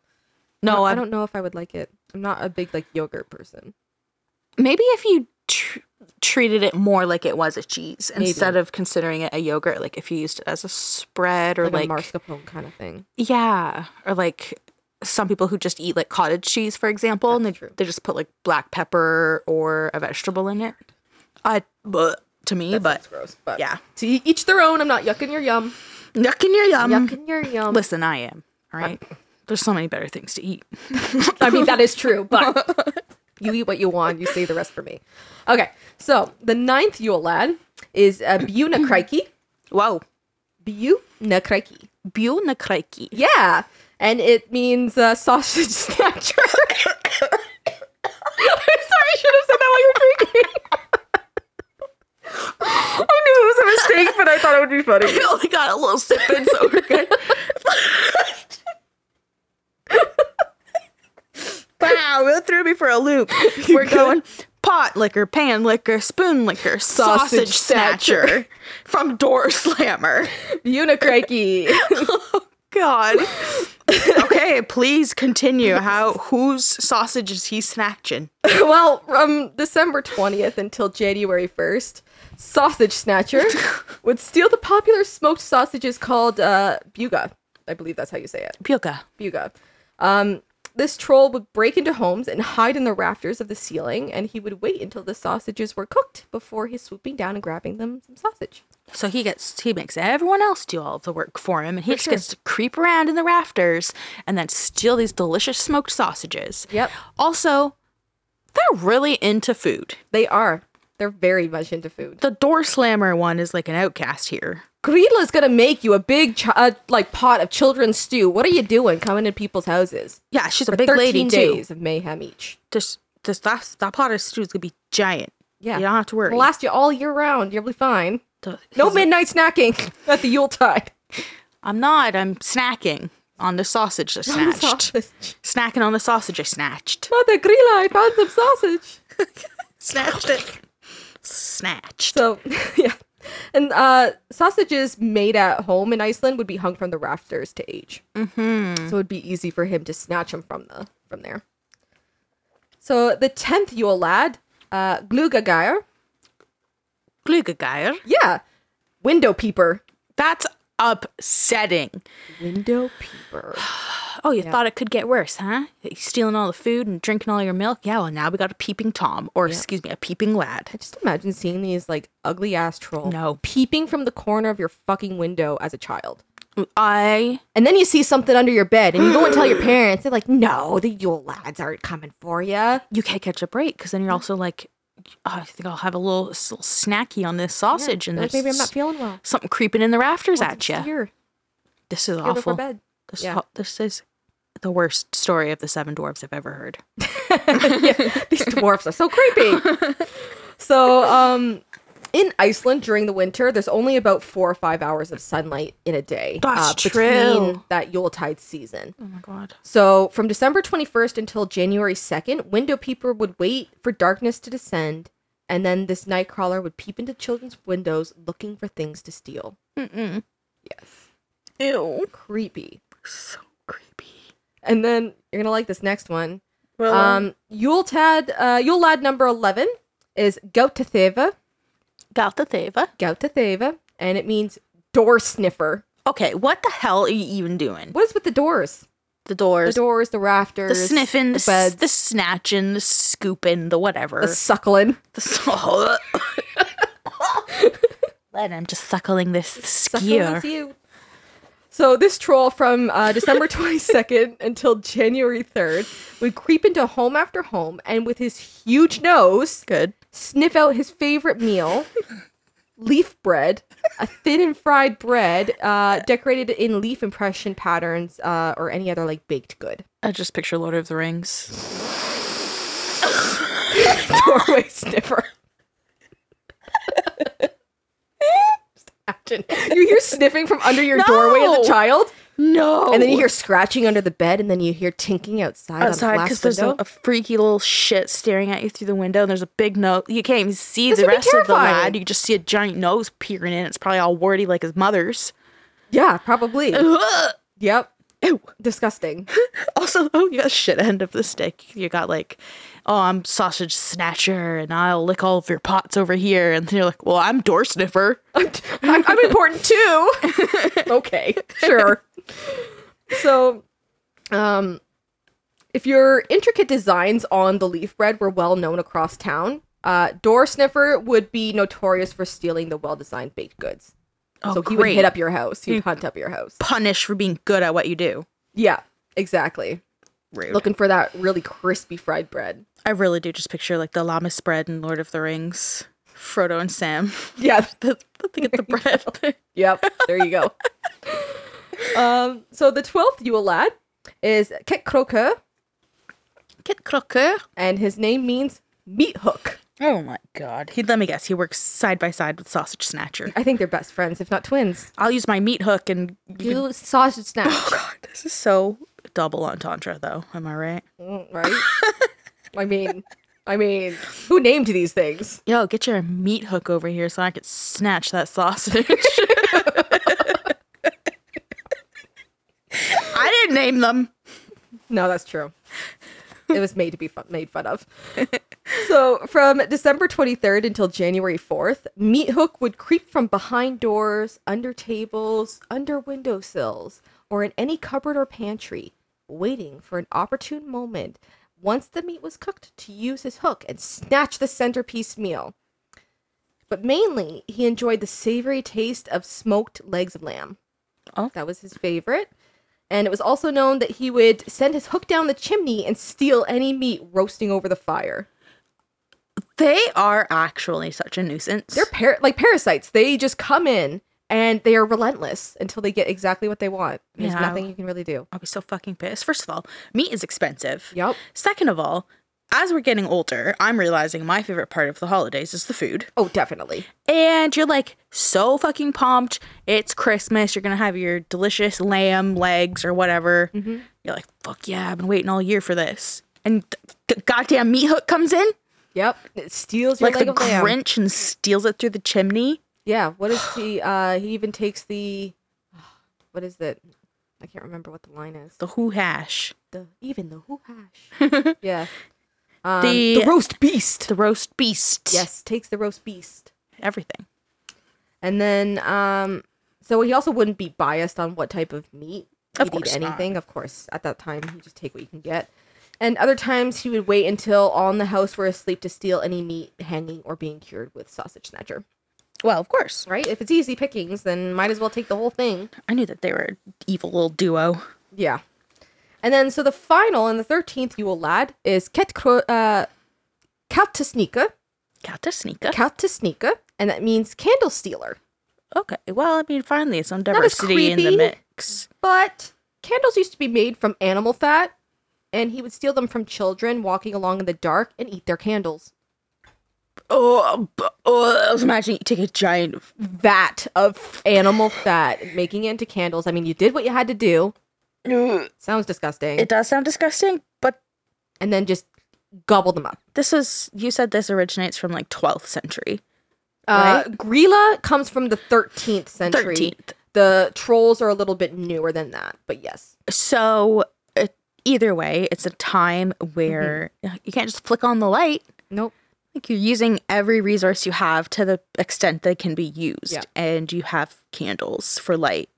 [SPEAKER 1] No,
[SPEAKER 2] I
[SPEAKER 1] I
[SPEAKER 2] don't know if I would like it. I'm not a big like yogurt person.
[SPEAKER 1] Maybe if you tr- treated it more like it was a cheese
[SPEAKER 2] Maybe.
[SPEAKER 1] instead of considering it a yogurt, like if you used it as a spread or
[SPEAKER 2] Like,
[SPEAKER 1] like,
[SPEAKER 2] a mascarpone kind of thing.
[SPEAKER 1] yeah, or like some people who just eat like cottage cheese, for example, and they,
[SPEAKER 2] That's true.
[SPEAKER 1] they just put like black pepper or a vegetable in it. I, but to me,
[SPEAKER 2] That
[SPEAKER 1] but
[SPEAKER 2] sounds gross. But
[SPEAKER 1] yeah,
[SPEAKER 2] to e- each their own. I'm not yucking your yum.
[SPEAKER 1] yuck in your yum.
[SPEAKER 2] yucking your yum.
[SPEAKER 1] Listen, I am all right. There's so many better things to eat.
[SPEAKER 2] I mean, that is true, but [LAUGHS] you eat what you want, you save the rest for me. Okay, so the ninth Yule lad is [CLEARS THROAT] uh, Buna Crikey.
[SPEAKER 1] Wow,
[SPEAKER 2] Buna Crikey.
[SPEAKER 1] Biu na [LAUGHS] kraiki.
[SPEAKER 2] Yeah, and it means uh, sausage snatcher. [LAUGHS] I'm sorry, I should have said that while you were drinking. [LAUGHS] I knew it was a mistake, but I thought it would be funny.
[SPEAKER 1] I only got a little sip in, so we're
[SPEAKER 2] [LAUGHS]
[SPEAKER 1] good. wow, Will threw me for a [LAUGHS] loop. We're going pot liquor, pan liquor, spoon liquor, sausage,
[SPEAKER 2] Sausage
[SPEAKER 1] snatcher. [LAUGHS] from door slammer.
[SPEAKER 2] Buna Crikey.
[SPEAKER 1] [LAUGHS] God. okay, please continue. How whose sausage is he snatching?
[SPEAKER 2] well, from December 20th until January 1st, Sausage Snatcher would steal the popular smoked sausages called uh, buga. I believe that's how you say it.
[SPEAKER 1] Pilka.
[SPEAKER 2] Buga. Um, this troll would break into homes and hide in the rafters of the ceiling, and he would wait until the sausages were cooked before he's swooping down and grabbing them some sausage.
[SPEAKER 1] So he gets he makes everyone else do all of the work for him, and he just gets to creep around in the rafters and then steal these delicious smoked sausages.
[SPEAKER 2] Yep.
[SPEAKER 1] Also, they're really into food.
[SPEAKER 2] They are. They're very much into food.
[SPEAKER 1] The door slammer one is like an outcast here.
[SPEAKER 2] Greedla's gonna make you a big, ch- uh, like, pot of children's stew. What are you doing coming to people's houses?
[SPEAKER 1] Yeah, she's
[SPEAKER 2] For
[SPEAKER 1] a big
[SPEAKER 2] 13
[SPEAKER 1] lady too.
[SPEAKER 2] days of mayhem each.
[SPEAKER 1] Just, just that that pot of stew is gonna be giant.
[SPEAKER 2] Yeah.
[SPEAKER 1] you don't have to worry.
[SPEAKER 2] It'll last you all year round. You'll be fine.
[SPEAKER 1] The-
[SPEAKER 2] No
[SPEAKER 1] he's-
[SPEAKER 2] midnight snacking [LAUGHS] at the Yuletide.
[SPEAKER 1] I'm not. I'm snacking on the sausage I [LAUGHS]
[SPEAKER 2] [LAUGHS]
[SPEAKER 1] snatched.
[SPEAKER 2] Sausage.
[SPEAKER 1] Snacking on the sausage I snatched.
[SPEAKER 2] Mother Grilla, I found some sausage.
[SPEAKER 1] Snatched it. Snatched.
[SPEAKER 2] So, [LAUGHS] yeah. And uh, sausages made at home in Iceland would be hung from the rafters to age. Mm-hmm. So it would be easy for him to snatch them from the from there. So the 10th Yule lad, uh, Glugageier.
[SPEAKER 1] Glugageier.
[SPEAKER 2] Yeah. Window peeper.
[SPEAKER 1] That's upsetting.
[SPEAKER 2] Window peeper.
[SPEAKER 1] Oh, you thought it could get worse, huh? You stealing all the food and drinking all your milk? Yeah, well, now we got a peeping Tom, or excuse me, a peeping
[SPEAKER 2] I
[SPEAKER 1] lad.
[SPEAKER 2] just imagine seeing these like ugly ass trolls
[SPEAKER 1] No.
[SPEAKER 2] peeping from the corner of your fucking window as a child.
[SPEAKER 1] I.
[SPEAKER 2] And then you see something under your bed and you go
[SPEAKER 1] [GASPS]
[SPEAKER 2] and tell your parents. They're like, no, the Yule lads aren't coming for you.
[SPEAKER 1] You can't catch a break because then you're also like, oh, I think I'll have a little, s- little snacky on this sausage, and
[SPEAKER 2] Like,
[SPEAKER 1] there's
[SPEAKER 2] maybe I'm not feeling well.
[SPEAKER 1] something creeping in the rafters
[SPEAKER 2] What's
[SPEAKER 1] at you.
[SPEAKER 2] Here,
[SPEAKER 1] This is
[SPEAKER 2] here before
[SPEAKER 1] awful. [LAUGHS]
[SPEAKER 2] bed.
[SPEAKER 1] This,
[SPEAKER 2] Yeah.
[SPEAKER 1] this is the worst story of the seven dwarves I've ever
[SPEAKER 2] Oh
[SPEAKER 1] heard.
[SPEAKER 2] yeah, these dwarfs are so creepy.
[SPEAKER 1] [LAUGHS]
[SPEAKER 2] so, um, in Iceland during the winter, there's only about four or five hours of sunlight in a day. uh,
[SPEAKER 1] That's
[SPEAKER 2] Between
[SPEAKER 1] true.
[SPEAKER 2] that Yuletide season.
[SPEAKER 1] Oh my god.
[SPEAKER 2] So from December 21st until January 2nd, window peeper would wait for darkness to descend, and then this night crawler would peep into children's windows looking for things to steal.
[SPEAKER 1] Mm-mm.
[SPEAKER 2] Yes.
[SPEAKER 1] Ew.
[SPEAKER 2] Creepy.
[SPEAKER 1] So creepy.
[SPEAKER 2] And then you're gonna like this next one.
[SPEAKER 1] Well,
[SPEAKER 2] Um Yuletad uh Yule lad number eleven is Gautatheva.
[SPEAKER 1] got the theva.
[SPEAKER 2] Gautatheva, and it means door sniffer.
[SPEAKER 1] Okay, what the hell are you even doing?
[SPEAKER 2] What is with the doors?
[SPEAKER 1] the doors,
[SPEAKER 2] The doors, the rafters,
[SPEAKER 1] the sniffing, the,
[SPEAKER 2] the
[SPEAKER 1] s-
[SPEAKER 2] beds,
[SPEAKER 1] the snatching, the scooping, the whatever.
[SPEAKER 2] the suckling,
[SPEAKER 1] [LAUGHS] The Len, I'm just suckling this
[SPEAKER 2] Suckling
[SPEAKER 1] skewer.
[SPEAKER 2] with you. So this troll from
[SPEAKER 1] [LAUGHS]
[SPEAKER 2] uh, December 22nd until January 3rd would creep into home after home and with his huge nose
[SPEAKER 1] Good.
[SPEAKER 2] sniff out his
[SPEAKER 1] [LAUGHS]
[SPEAKER 2] favorite meal leaf bread a thin and fried bread uh, decorated in leaf impression patterns uh, or any other like baked good [LAUGHS]
[SPEAKER 1] I just picture Lord of the Rings.
[SPEAKER 2] doorway
[SPEAKER 1] [LAUGHS]
[SPEAKER 2] sniffer Just imagine. you hear sniffing from under your doorway as
[SPEAKER 1] No.
[SPEAKER 2] a child
[SPEAKER 1] No.
[SPEAKER 2] and then you hear scratching under the bed and then you hear tinking outside
[SPEAKER 1] Oh. outside
[SPEAKER 2] on the
[SPEAKER 1] because
[SPEAKER 2] glass
[SPEAKER 1] there's a,
[SPEAKER 2] window.
[SPEAKER 1] a freaky little shit staring at you through the window. And there's a big nose. You can't even see
[SPEAKER 2] This
[SPEAKER 1] the
[SPEAKER 2] would be
[SPEAKER 1] rest of the
[SPEAKER 2] terrifying.
[SPEAKER 1] lad. You just see a giant nose peering in. It's probably all warty like his
[SPEAKER 2] [LAUGHS]
[SPEAKER 1] mother's.
[SPEAKER 2] yeah probably yep
[SPEAKER 1] Ew.
[SPEAKER 2] disgusting
[SPEAKER 1] Also, oh, you got shit end of the stick. You got like, oh, I'm sausage snatcher, and I'll lick all of your pots over here. And then you're like, well, [LAUGHS] I'm door sniffer.
[SPEAKER 2] I'm, I'm important too. [LAUGHS] okay,
[SPEAKER 1] [LAUGHS]
[SPEAKER 2] sure. So, um, if your intricate designs on the leaf bread were well known across town, uh, Door Sniffer would be notorious for stealing the well-designed baked goods.
[SPEAKER 1] Oh,
[SPEAKER 2] so he
[SPEAKER 1] great.
[SPEAKER 2] would hit up your house. He'd hunt up your house.
[SPEAKER 1] punished for being good at what you do.
[SPEAKER 2] Yeah, exactly.
[SPEAKER 1] Rude.
[SPEAKER 2] Looking for that really crispy fried bread.
[SPEAKER 1] I really do just picture like the llama spread in Lord of the Rings, Frodo and Sam. [LAUGHS]
[SPEAKER 2] [LAUGHS] Yeah,
[SPEAKER 1] the, they get the bread. [LAUGHS]
[SPEAKER 2] Yep, there you go. [LAUGHS] um, so the twelfth Yule lad is Kit Kroker,
[SPEAKER 1] Kit Crocker.
[SPEAKER 2] and his name means meat hook.
[SPEAKER 1] Oh my god. He let me guess. He works side by side with Sausage Snatcher.
[SPEAKER 2] I think they're best friends, if not twins.
[SPEAKER 1] I'll use my meat hook and
[SPEAKER 2] You sausage [LAUGHS] snatch,
[SPEAKER 1] God, this is so double entendre though. Am I right?
[SPEAKER 2] Mm, right? I mean, I mean, who named these things?
[SPEAKER 1] Yo, get your meat hook over here so I could snatch that sausage. [LAUGHS] I didn't name them.
[SPEAKER 2] No, that's true. It was made to be fun- made fun of. So, from December 23rd until January 4th, Meat Hook would creep from behind doors, under tables, under windowsills, or in any cupboard or pantry, waiting for an opportune moment once the meat was cooked to use his hook and snatch the centerpiece meal. But mainly, he enjoyed the savory taste of smoked legs of lamb.
[SPEAKER 1] Oh.
[SPEAKER 2] That was his favorite. And it was also known that he would send his hook down the chimney and steal any meat roasting over the fire.
[SPEAKER 1] They are actually such a nuisance.
[SPEAKER 2] They're par- like parasites. They just come in and they are relentless until they get exactly what they want. There's
[SPEAKER 1] Yeah.
[SPEAKER 2] nothing you can really do.
[SPEAKER 1] I'll be so fucking pissed. First of all, meat is expensive.
[SPEAKER 2] Yep.
[SPEAKER 1] Second of all, as we're getting older, I'm realizing my favorite part of the holidays is the food.
[SPEAKER 2] Oh, definitely.
[SPEAKER 1] And you're like so fucking pumped. It's Christmas. You're going to have your delicious lamb legs or whatever. You're like, fuck yeah, I've been waiting all year for this. And the goddamn meat hook comes in
[SPEAKER 2] Yep. It steals your
[SPEAKER 1] like
[SPEAKER 2] leg
[SPEAKER 1] the
[SPEAKER 2] of lamb.
[SPEAKER 1] Grinch and steals it through the chimney.
[SPEAKER 2] Yeah. What is he? Uh, he even takes the. [SIGHS] What is it? I can't remember what the line is.
[SPEAKER 1] The hoo hash.
[SPEAKER 2] The even the who
[SPEAKER 1] [LAUGHS]
[SPEAKER 2] hash. yeah. Um,
[SPEAKER 1] The-
[SPEAKER 2] roast beast.
[SPEAKER 1] The roast beast.
[SPEAKER 2] Yes, takes the roast beast.
[SPEAKER 1] Everything.
[SPEAKER 2] And then, um, so he also wouldn't be biased on what type of meat.
[SPEAKER 1] Of
[SPEAKER 2] He'd
[SPEAKER 1] course
[SPEAKER 2] eat
[SPEAKER 1] not.
[SPEAKER 2] anything. Of course, at that time, he just take what you can get. And other times, he would wait until all in the house were asleep to steal any meat hanging or being cured with sausage snatcher.
[SPEAKER 1] Well, of course.
[SPEAKER 2] Right? If it's easy pickings, then might as well take the whole thing.
[SPEAKER 1] I knew that they were an evil little duo.
[SPEAKER 2] Yeah. And then, so the final and the thirteenth Yule lad is Ket Kro- uh, Kautasnika,
[SPEAKER 1] Kata Sneaker.
[SPEAKER 2] Kautasnika, and that means candle stealer.
[SPEAKER 1] Okay. Well, I mean, finally, some
[SPEAKER 2] as
[SPEAKER 1] diversity in the
[SPEAKER 2] creepy.
[SPEAKER 1] mix.
[SPEAKER 2] But candles used to be made from animal fat, and he would steal them from children walking along in the dark and eat their candles.
[SPEAKER 1] Oh, b- oh, I was imagining you take a giant.
[SPEAKER 2] Vat of animal fat, making it into candles. I mean, you did what you had to do. Sounds disgusting.
[SPEAKER 1] It does sound disgusting, but
[SPEAKER 2] and then just gobble them up.
[SPEAKER 1] this was you said this originates from like 12th century.
[SPEAKER 2] Uh, Grilla comes from the 13th century.
[SPEAKER 1] 13th.
[SPEAKER 2] The trolls are a little bit newer than that, but yes.
[SPEAKER 1] So uh, either way, it's a time where
[SPEAKER 2] Mm-hmm.
[SPEAKER 1] you can't just flick on the light.
[SPEAKER 2] Nope.
[SPEAKER 1] Like you're using every resource you have to the extent that it can be used,
[SPEAKER 2] Yeah.
[SPEAKER 1] and you have candles for light.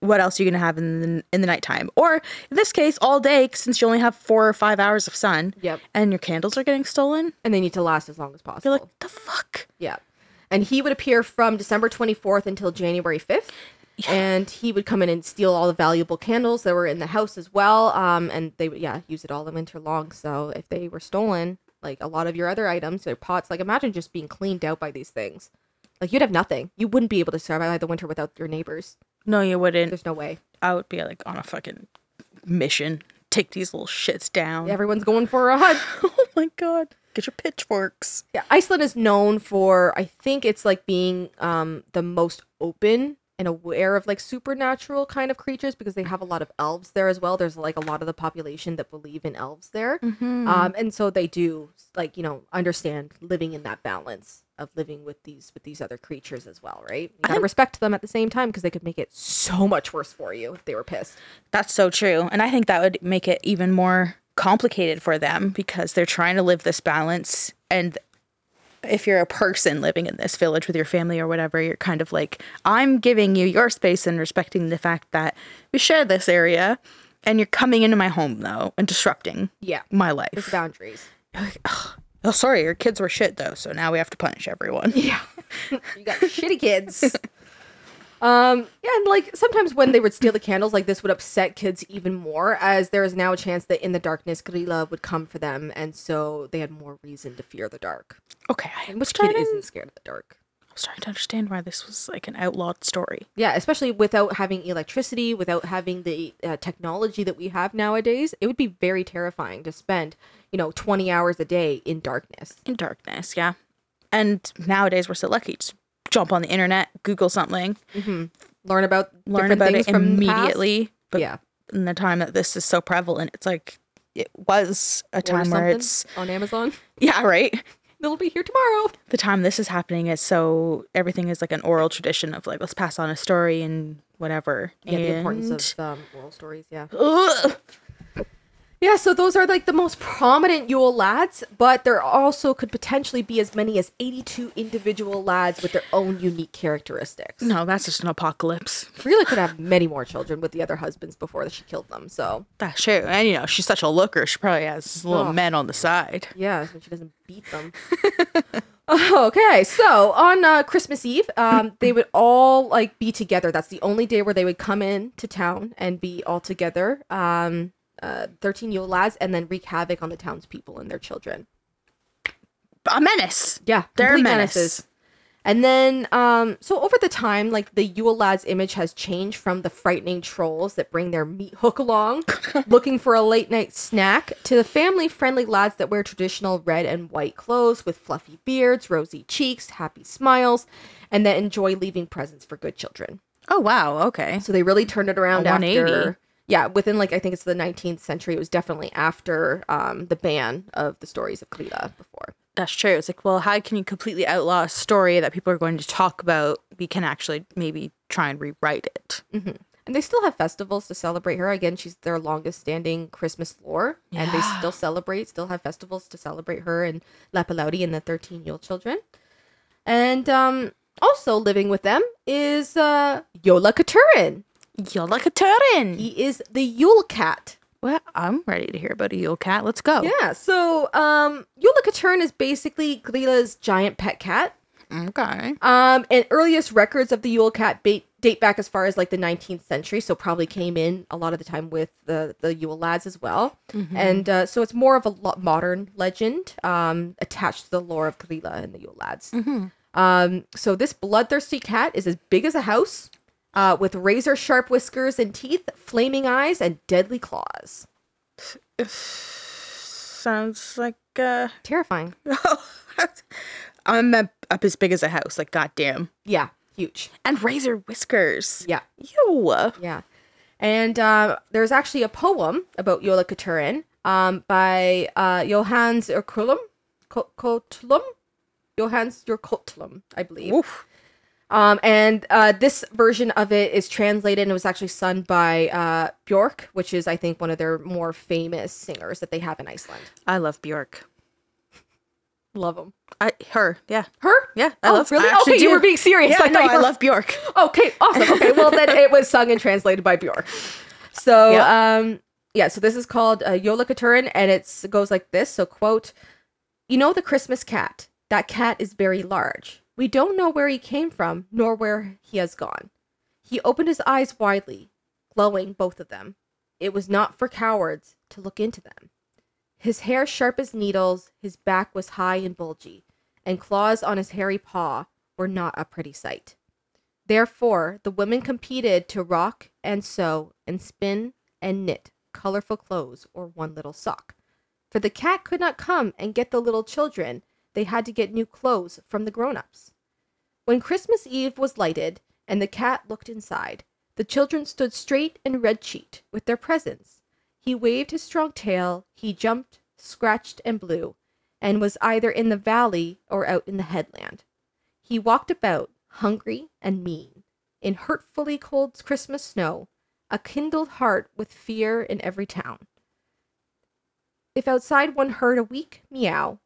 [SPEAKER 5] what else are you going to have in the, in the nighttime? Or in this case, all day, since you only have four or five hours of sun.
[SPEAKER 2] Yep.
[SPEAKER 5] And your candles are getting stolen.
[SPEAKER 2] and they need to last as long as possible.
[SPEAKER 5] You're like, the fuck?
[SPEAKER 2] Yeah. And he would appear from December 24th until January 5th. And he would come in and steal all the valuable candles that were in the house as well. Um, and they would, yeah, use it all the winter long. So if they were stolen, like a lot of your other items, their pots, like imagine just being cleaned out by these things. Like you'd have nothing. You wouldn't be able to survive the winter without your neighbors.
[SPEAKER 5] No, you wouldn't.
[SPEAKER 2] There's no way.
[SPEAKER 5] I would be like on a fucking mission. Take these little shits down.
[SPEAKER 2] Everyone's going for a hunt.
[SPEAKER 5] [LAUGHS] Oh my god. Get your pitchforks.
[SPEAKER 2] Yeah, Iceland is known for I think it's like being um the most open and aware of like supernatural kind of creatures because they have a lot of elves there as well. There's like a lot of the population that believe in elves there. Um and so they do like, you know, understand living in that balance of living with these with these other creatures as well, right? You gotta respect them at the same time because they could make it so much worse for you if they were pissed.
[SPEAKER 5] That's so true. And I think that would make it even more complicated for them because they're trying to live this balance. And if you're a person living in this village with your family or whatever, you're kind of like, I'm giving you your space and respecting the fact that we share this area and you're coming into my home though and disrupting
[SPEAKER 2] Yeah.
[SPEAKER 5] my life.
[SPEAKER 2] Boundaries.
[SPEAKER 5] oh, sorry, your kids were shit though, so now we have to punish everyone.
[SPEAKER 2] Yeah. you got shitty [LAUGHS] kids. Um, yeah, and like sometimes when they would steal the candles, like this would upset kids even more, as there is now a chance that in the darkness, Grilla would come for them, and so they had more reason to fear the dark.
[SPEAKER 5] [LAUGHS] Okay, I
[SPEAKER 2] And
[SPEAKER 5] was
[SPEAKER 2] which kid
[SPEAKER 5] trying to
[SPEAKER 2] isn't scared of the dark?
[SPEAKER 5] I'm starting to understand why this was like an outlawed story.
[SPEAKER 2] Yeah, especially without having electricity, without having the uh, technology that we have nowadays, it would be very terrifying to spend, you know, 20 hours a day in darkness.
[SPEAKER 5] In darkness, yeah. And nowadays we're so lucky. Just jump on the internet, Google something,
[SPEAKER 2] Learn about
[SPEAKER 5] learn
[SPEAKER 2] different
[SPEAKER 5] about
[SPEAKER 2] things
[SPEAKER 5] it
[SPEAKER 2] from the past.
[SPEAKER 5] immediately. But
[SPEAKER 2] Yeah.
[SPEAKER 5] in the time that this is so prevalent, it's like it was a
[SPEAKER 2] Order
[SPEAKER 5] time where
[SPEAKER 2] something
[SPEAKER 5] it's
[SPEAKER 2] on Amazon. [LAUGHS]
[SPEAKER 5] [LAUGHS] yeah, right.
[SPEAKER 2] It'll be here tomorrow.
[SPEAKER 5] The time this is happening is so everything is like an oral tradition of like let's pass on a story and whatever.
[SPEAKER 2] Yeah, the importance
[SPEAKER 5] And-
[SPEAKER 2] of um, oral stories. Yeah.
[SPEAKER 5] Ugh.
[SPEAKER 2] Yeah. So those are like the most prominent Yule lads, but there also could potentially be as many as 82 individual lads with their own unique characteristics.
[SPEAKER 5] [LAUGHS] No, that's just an apocalypse.
[SPEAKER 2] Grilla could have many more children with the other husbands before she killed them. So
[SPEAKER 5] That's true. And you know, she's such a looker. She probably has little
[SPEAKER 2] Ugh.
[SPEAKER 5] men on the side.
[SPEAKER 2] yeah, so she doesn't beat them. okay. So on uh, Christmas Eve, um, they would all like be together. That's the only day where they would come in to town and be all together. Um, uh, 13 Yule lads and then wreak havoc on the townspeople and their children.
[SPEAKER 5] A menace.
[SPEAKER 2] Yeah,
[SPEAKER 5] They're a
[SPEAKER 2] complete
[SPEAKER 5] menace.
[SPEAKER 2] And then, um, so over the time, like the Yule lads image has changed from the frightening trolls that bring their meat hook [LAUGHS] along, looking for a late night snack, to the family friendly lads that wear traditional red and white clothes with fluffy beards, rosy cheeks, happy smiles, and that enjoy leaving presents for good children.
[SPEAKER 5] Oh wow. Okay.
[SPEAKER 2] So they really turned it around
[SPEAKER 5] A 180.
[SPEAKER 2] after. Yeah, within like I think it's the 19th century. It was definitely after um, the ban of the stories of Kalila before.
[SPEAKER 5] That's true. It's like, well, how can you completely outlaw a story that people are going to talk about? We can actually maybe try and rewrite it.
[SPEAKER 2] And they still have festivals to celebrate her. Again, she's their longest standing Christmas lore. And they still celebrate, still have festivals to celebrate her and Lapalaudi and the 13 Yule children. And um, also living with them is uh, Yola Katurin.
[SPEAKER 5] You're like a Turin.
[SPEAKER 2] He is the Yule cat.
[SPEAKER 5] Well, I'm ready to hear about a Yule cat. Let's go.
[SPEAKER 2] Yeah, so um, Yola Katurin is basically Glila's giant pet cat.
[SPEAKER 5] Okay.
[SPEAKER 2] Um, and earliest records of the Yule cat ba- date back as far as like the 19th century, so probably came in a lot of the time with the the Yule lads as well. And uh, so it's more of a lo- modern legend um, attached to the lore of Kalila and the Yule lads. Um, so this bloodthirsty cat is as big as a house, uh, with razor sharp whiskers and teeth, flaming eyes, and deadly claws.
[SPEAKER 5] Sounds like uh [LAUGHS]
[SPEAKER 2] Terrifying.
[SPEAKER 5] I'm up up as big as a house, like goddamn.
[SPEAKER 2] Yeah, huge.
[SPEAKER 5] And razor whiskers.
[SPEAKER 2] Yeah.
[SPEAKER 5] Ew.
[SPEAKER 2] Yeah. And uh, there's actually a poem about Yola Katurin um, by uh, Johannes Urkulum. Co- Kotlum? Johannes Urkotlum, I believe.
[SPEAKER 5] Oof.
[SPEAKER 2] Um, and uh, this version of it is translated and it was actually sung by uh, Bjork, which is, I think, one of their more famous singers that they have in Iceland.
[SPEAKER 5] I love Bjork.
[SPEAKER 2] Love them.
[SPEAKER 1] I, her, yeah,
[SPEAKER 2] Her?
[SPEAKER 1] yeah. I
[SPEAKER 2] oh,
[SPEAKER 1] love
[SPEAKER 2] really?
[SPEAKER 1] I actually
[SPEAKER 2] okay, you
[SPEAKER 1] do.
[SPEAKER 2] were being serious.
[SPEAKER 1] Yeah,
[SPEAKER 2] I thought
[SPEAKER 1] no,
[SPEAKER 2] you
[SPEAKER 1] I
[SPEAKER 2] were-
[SPEAKER 1] love
[SPEAKER 5] [LAUGHS]
[SPEAKER 1] Bjork.
[SPEAKER 2] Oh, Okay, awesome. Okay, well then it was sung and translated by Bjork. So
[SPEAKER 1] Yep.
[SPEAKER 2] um yeah, so this is called uh, Yola Katurin and it's, it goes like this. So quote, you know the Christmas cat. That cat is very large. We don't know where he came from nor where he has gone. He opened his eyes widely, glowing both of them. It was not for cowards to look into them. His hair sharp as needles, his back was high and bulgy, and claws on his hairy paw were not a pretty sight. Therefore, the women competed to rock and sew and spin and knit colorful clothes or one little sock. For the cat could not come and get the little children, they had to get new clothes from the grown ups. When Christmas Eve was lighted and the cat looked inside, the children stood straight and red cheeked with their presents. He waved his strong tail, he jumped, scratched, and blew, and was either in the valley or out in the headland. He walked about, hungry and mean, in hurtfully cold Christmas snow, a kindled heart with fear in every town. If outside one heard a weak meow,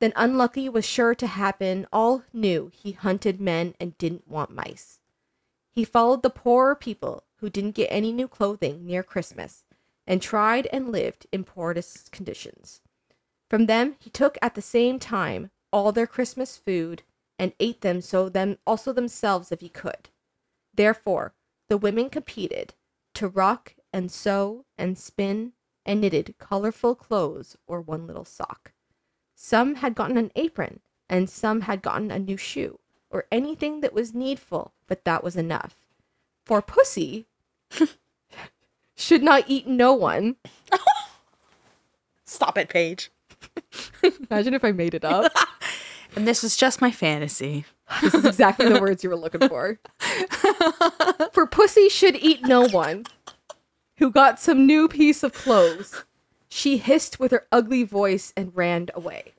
[SPEAKER 2] then unlucky was sure to happen. All knew he hunted men and didn't want mice. He followed the poorer people who didn't get any new clothing near Christmas and tried and lived in poorest conditions. From them he took at the same time all their Christmas food and ate them so them also themselves if he could. Therefore the women competed to rock and sew and spin and knitted colorful clothes or one little sock. Some had gotten an apron and some had gotten a new shoe or anything that was needful, but that was enough. For pussy should not eat no one.
[SPEAKER 1] Stop it, Paige.
[SPEAKER 2] Imagine if I made it up.
[SPEAKER 1] And this is just my fantasy.
[SPEAKER 2] This is exactly the words you were looking for. For pussy should eat no one. Who got some new piece of clothes. She hissed with her ugly voice and ran away.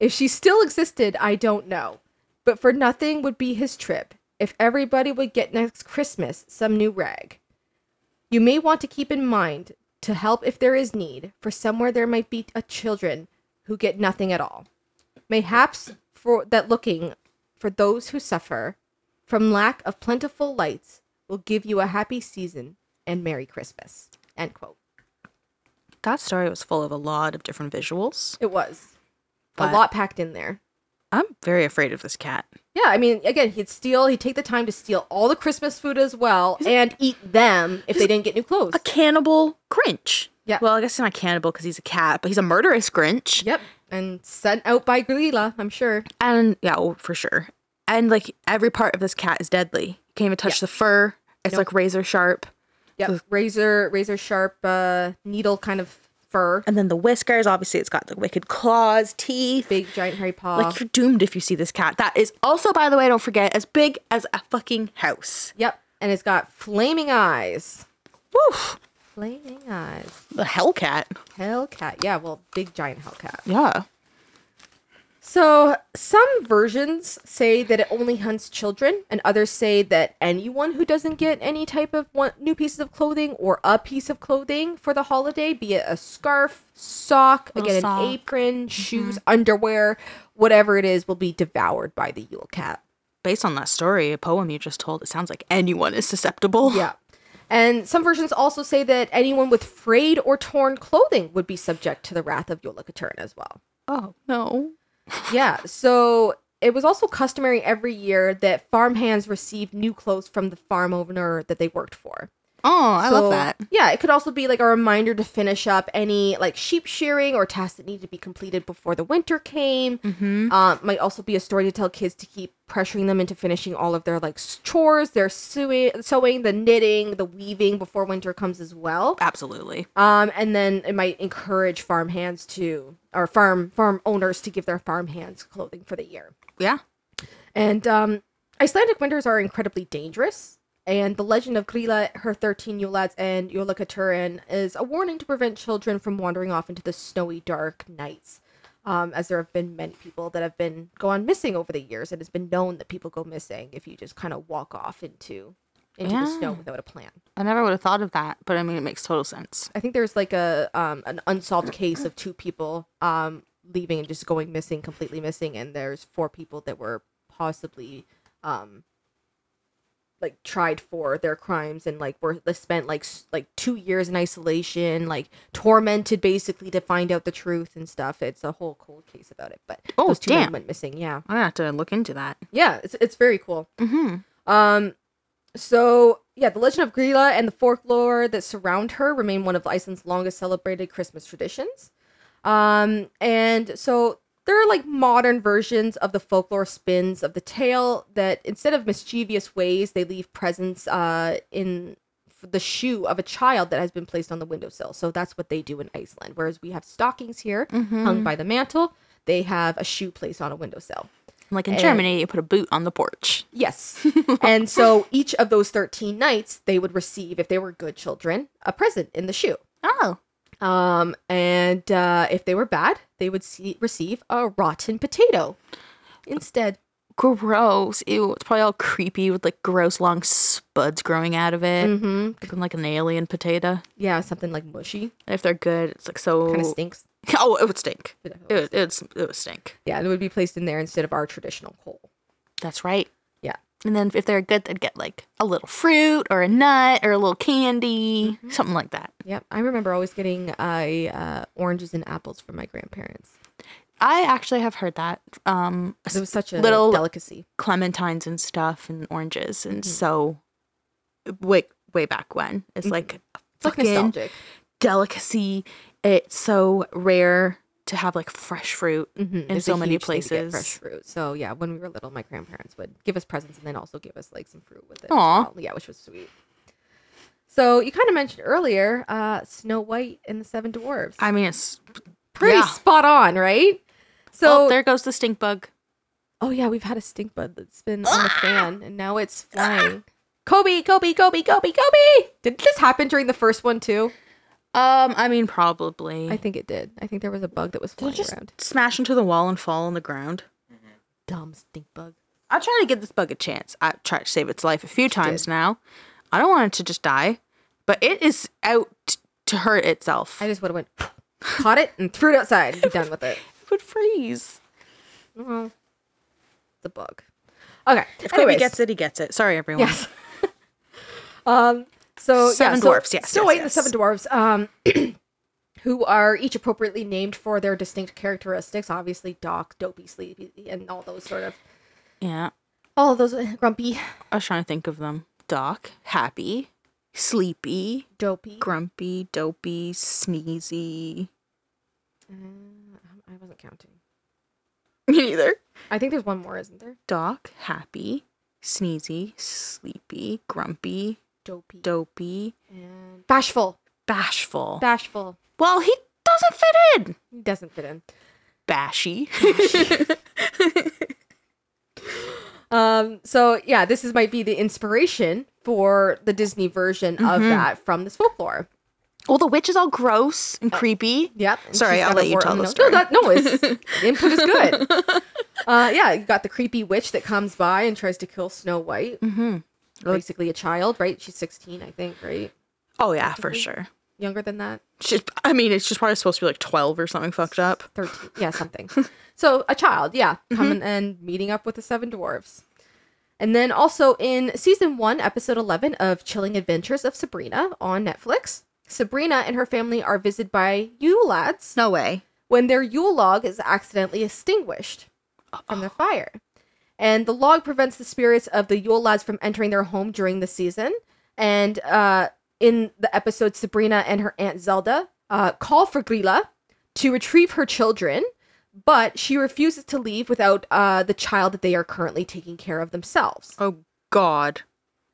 [SPEAKER 2] If she still existed, I don't know. But for nothing would be his trip if everybody would get next Christmas some new rag. You may want to keep in mind to help if there is need, for somewhere there might be a children who get nothing at all. Mayhaps for that looking for those who suffer from lack of plentiful lights will give you a happy season and Merry Christmas. End quote.
[SPEAKER 1] That story was full of a lot of different visuals.
[SPEAKER 2] It was
[SPEAKER 1] But-
[SPEAKER 2] a lot packed in there.
[SPEAKER 1] I'm very afraid of this cat.
[SPEAKER 2] Yeah, I mean, again, he'd steal. He'd take the time to steal all the Christmas food as well, and eat them if they didn't get new clothes.
[SPEAKER 1] A cannibal Grinch.
[SPEAKER 2] Yeah.
[SPEAKER 1] Well, I guess he's not cannibal because he's a cat, but he's a murderous Grinch.
[SPEAKER 2] Yep, and sent out by Galila, I'm sure.
[SPEAKER 1] And yeah, oh, for sure. And like every part of this cat is deadly. You can't even touch the fur. It's like razor sharp.
[SPEAKER 2] Yep, razor, razor sharp, uh, needle kind of fur,
[SPEAKER 1] And then the whiskers, obviously, it's got the wicked claws, teeth.
[SPEAKER 2] big giant hairy paw.
[SPEAKER 1] Like you're doomed if you see this cat. That is also, by the way, don't forget, as big as a fucking house.
[SPEAKER 2] yep, and it's got flaming eyes.
[SPEAKER 1] Woof.
[SPEAKER 2] Flaming eyes.
[SPEAKER 1] The Hellcat.
[SPEAKER 2] Hellcat. Yeah, well, big giant Hellcat.
[SPEAKER 1] Yeah.
[SPEAKER 2] So some versions say that it only hunts children, and others say that anyone who doesn't get any type of one, new pieces of clothing or a piece of clothing for the holiday, be it a scarf, sock, again
[SPEAKER 1] sock. Mm-hmm.
[SPEAKER 2] an apron, shoes, underwear, whatever it is, will be devoured by the Yule Cat.
[SPEAKER 1] Based on that story, a poem you just told, it sounds like anyone is susceptible.
[SPEAKER 2] Yeah. And some versions also say that anyone with frayed or torn clothing would be subject to the wrath of Yule Katurin as well.
[SPEAKER 1] Oh, no.
[SPEAKER 2] Yeah, so it was also customary every year that farmhands received new clothes from the farm owner that they worked for.
[SPEAKER 1] Oh, I
[SPEAKER 2] So,
[SPEAKER 1] love that.
[SPEAKER 2] Yeah, it could also be like a reminder to finish up any like sheep shearing or tasks that need to be completed before the winter came.
[SPEAKER 1] Mm-hmm.
[SPEAKER 2] Um, might also be a story to tell kids to keep pressuring them into finishing all of their like s- chores, their sewing, sewing, the knitting, the weaving before winter comes as well.
[SPEAKER 1] Absolutely.
[SPEAKER 2] Um, and then it might encourage farmhands to or farm farm owners to give their farmhands clothing for the year.
[SPEAKER 1] Yeah.
[SPEAKER 2] And um, Icelandic winters are incredibly dangerous. And the legend of Grilla, her 13 Yule lads, and Yula Katurin is a warning to prevent children from wandering off into the snowy, dark nights. Um, as there have been many people that have been gone missing over the years, and it's been known that people go missing if you just kind of walk off into into the snow
[SPEAKER 1] Yeah.
[SPEAKER 2] without a plan.
[SPEAKER 1] I never would have thought of that, but I mean, it makes total sense.
[SPEAKER 2] I think there's like a um, an unsolved case of two people um, leaving and just going missing, completely missing. And there's four people that were possibly um like tried for their crimes and like were they spent like s- like two years in isolation like tormented basically to find out the truth and stuff it's a whole cold case about it but
[SPEAKER 5] Oh,
[SPEAKER 2] those two men
[SPEAKER 5] damn.
[SPEAKER 2] went missing yeah
[SPEAKER 5] I'm gonna have to look into that.
[SPEAKER 2] yeah it's, it's very cool
[SPEAKER 5] Mm-hmm.
[SPEAKER 2] um, so yeah, the legend of Grilla and the folklore that surround her remain one of Iceland's longest celebrated Christmas traditions. Um, and so there are like modern versions of the folklore spins of the tale that instead of mischievous ways, they leave presents uh, in f- the shoe of a child that has been placed on the windowsill. So that's what they do in Iceland. Whereas we have stockings here hung by the mantle, they have a shoe placed on a windowsill.
[SPEAKER 5] Like in
[SPEAKER 2] And-
[SPEAKER 5] Germany, you put a boot on the porch. [LAUGHS]
[SPEAKER 2] Yes. and so each of those 13 nights, they would receive, if they were good children, a present in the shoe.
[SPEAKER 5] Oh,
[SPEAKER 2] Um, and uh, if they were bad, they would see, receive a rotten potato instead.
[SPEAKER 5] gross! Ew, it's probably all creepy with like gross long spuds growing out of it,
[SPEAKER 2] hmm
[SPEAKER 5] looking like an alien potato.
[SPEAKER 2] Yeah, something like mushy.
[SPEAKER 5] If they're good, it's like so.
[SPEAKER 2] Kind of stinks.
[SPEAKER 5] Oh, it would stink.
[SPEAKER 2] It
[SPEAKER 5] It
[SPEAKER 2] definitely
[SPEAKER 5] would, it would, sm- it would stink.
[SPEAKER 2] Yeah, it would be placed in there instead of our traditional coal.
[SPEAKER 5] That's right.
[SPEAKER 2] Yeah.
[SPEAKER 5] And then if they're good, they'd get like a little fruit or a nut or a little candy, something like that.
[SPEAKER 2] Yep. I remember always getting uh, uh, oranges and apples from my grandparents.
[SPEAKER 5] I actually have heard that. Um,
[SPEAKER 2] It was such a
[SPEAKER 5] Little-
[SPEAKER 2] delicacy.
[SPEAKER 5] clementines and stuff and oranges,
[SPEAKER 2] Mm-hmm.
[SPEAKER 5] and so way way back when it's like a
[SPEAKER 2] Mm-hmm. It's like
[SPEAKER 5] fucking
[SPEAKER 2] nostalgic.
[SPEAKER 5] delicacy. It's so rare to have like fresh fruit
[SPEAKER 2] Mhm.
[SPEAKER 5] in
[SPEAKER 2] It's
[SPEAKER 5] so
[SPEAKER 2] a
[SPEAKER 5] many
[SPEAKER 2] huge thing to get
[SPEAKER 5] places.
[SPEAKER 2] fresh fruit. So yeah, when we were little, my grandparents would give us presents and then also give us like some fruit with it. as
[SPEAKER 5] Aw.
[SPEAKER 2] well. Yeah, which was sweet. So you kind of mentioned earlier uh, Snow White and the Seven Dwarves.
[SPEAKER 5] I mean, it's
[SPEAKER 2] Pretty
[SPEAKER 5] yeah.
[SPEAKER 2] spot on, right? So
[SPEAKER 5] oh, there goes the stink bug.
[SPEAKER 2] oh yeah, we've had a stink bud that's been on the fan and now it's flying. Kobe, Kobe, Kobe, Kobe, Kobe. Did this happen during the first one too?
[SPEAKER 5] Um, I mean, probably
[SPEAKER 2] I think it did. I think there was a bug that was flying around.
[SPEAKER 5] smash into the wall and fall on the ground.
[SPEAKER 2] Dumb stink bug.
[SPEAKER 5] I try to give this bug a chance. I try to save its life a few times now. I don't want it to just die, but it is out t- to hurt itself.
[SPEAKER 2] I just would have went [LAUGHS] caught it and threw it outside. Be done with it.
[SPEAKER 5] it would freeze.
[SPEAKER 2] Well, the bug. Okay.
[SPEAKER 5] If Kobe
[SPEAKER 2] Anyways,
[SPEAKER 5] gets it, he gets it. Sorry, everyone.
[SPEAKER 2] Yes. [LAUGHS] um. So
[SPEAKER 5] Seven
[SPEAKER 2] yeah, so
[SPEAKER 5] dwarfs, yes,
[SPEAKER 2] Snow
[SPEAKER 5] yes,
[SPEAKER 2] White and the
[SPEAKER 5] yes.
[SPEAKER 2] seven dwarves. Um. [CLEARS THROAT] Who are each appropriately named for their distinct characteristics? Obviously, Doc, Dopey, Sleepy, and all those sort of
[SPEAKER 5] Yeah.
[SPEAKER 2] all of those uh, grumpy,
[SPEAKER 5] I was trying to think of them. Doc, happy, sleepy,
[SPEAKER 2] dopey.
[SPEAKER 5] grumpy, dopey, sneezy. [LAUGHS]
[SPEAKER 2] Uh, I wasn't counting.
[SPEAKER 5] Me neither.
[SPEAKER 2] I think there's one more, isn't there?
[SPEAKER 5] Doc, happy, sneezy, sleepy, grumpy,
[SPEAKER 2] Dopey
[SPEAKER 5] dopey,
[SPEAKER 2] and bashful.
[SPEAKER 5] bashful.
[SPEAKER 2] Bashful.
[SPEAKER 5] well, he doesn't fit in.
[SPEAKER 2] He doesn't fit in.
[SPEAKER 5] Bashy. [LAUGHS]
[SPEAKER 2] Um, so yeah, this is might be the inspiration for the Disney version of
[SPEAKER 5] Mm-hmm.
[SPEAKER 2] that from this folklore.
[SPEAKER 5] well, the witch is all gross and creepy.
[SPEAKER 2] Yep. and
[SPEAKER 5] Sorry,
[SPEAKER 2] she's
[SPEAKER 5] I'll
[SPEAKER 2] got
[SPEAKER 5] let
[SPEAKER 2] a
[SPEAKER 5] you
[SPEAKER 2] wart
[SPEAKER 5] tell
[SPEAKER 2] on
[SPEAKER 5] the
[SPEAKER 2] nose.
[SPEAKER 5] story.
[SPEAKER 2] No, that, no,
[SPEAKER 5] [LAUGHS]
[SPEAKER 2] it's, the input is good. Uh, yeah, you got the creepy witch that comes by and tries to kill Snow White,
[SPEAKER 5] Mm-hmm.
[SPEAKER 2] basically a child, right? She's sixteen, I think, right?
[SPEAKER 5] Oh yeah, for sure.
[SPEAKER 2] Younger than that,
[SPEAKER 5] She's, I mean, it's just probably supposed to be like twelve or something fucked up.
[SPEAKER 2] thirteen,
[SPEAKER 5] [LAUGHS]
[SPEAKER 2] yeah, something. So a child, yeah,
[SPEAKER 5] Mm-hmm.
[SPEAKER 2] coming and meeting up with the seven dwarves. And then also in season one, episode 11 of Chilling Adventures of Sabrina on Netflix, Sabrina and her family are visited by Yule lads
[SPEAKER 5] No way.
[SPEAKER 2] when their Yule log is accidentally extinguished from the fire. And the log prevents the spirits of the Yule lads from entering their home during the season. And uh, in the episode, Sabrina and her Aunt Zelda uh, call for Grilla to retrieve her children, but she refuses to leave without uh, the child that they are currently taking care of themselves.
[SPEAKER 5] Oh God.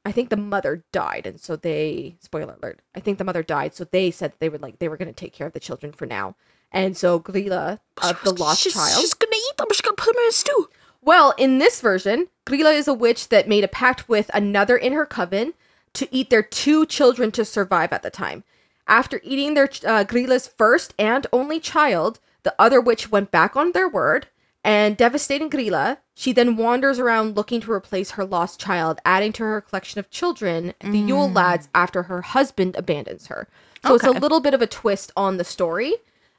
[SPEAKER 2] I think the mother died, and so they spoiler alert. I think the mother died, so they said they would like they were going to take care of the children for now, and so Grilla of the lost
[SPEAKER 5] she's,
[SPEAKER 2] child.
[SPEAKER 5] She's gonna eat them. She's gonna put them in a stew.
[SPEAKER 2] Well, in this version, Grilla is a witch that made a pact with another in her coven to eat their two children to survive at the time. After eating their ch- uh, Grilla's first and only child, the other witch went back on their word and devastating Grilla. She then wanders around looking to replace her lost child, adding to her collection of children, the Yule lads, after her husband abandons her. So it's a little bit of a twist on the story.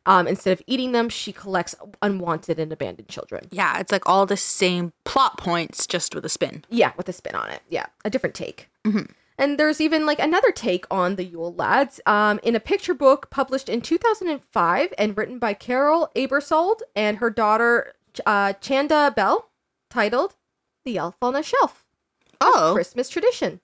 [SPEAKER 2] Um, instead of eating them, she collects unwanted and abandoned children.
[SPEAKER 5] Yeah, it's like all the same plot points, just with a spin.
[SPEAKER 2] Yeah, with a spin on it. Yeah, a different take. And there's even like another take on the Yule Lads um, in a picture book published in 2005 and written by Carol Abersold and her daughter uh, Chanda Bell, titled "The Elf on a Shelf:
[SPEAKER 5] Oh,
[SPEAKER 2] Christmas Tradition."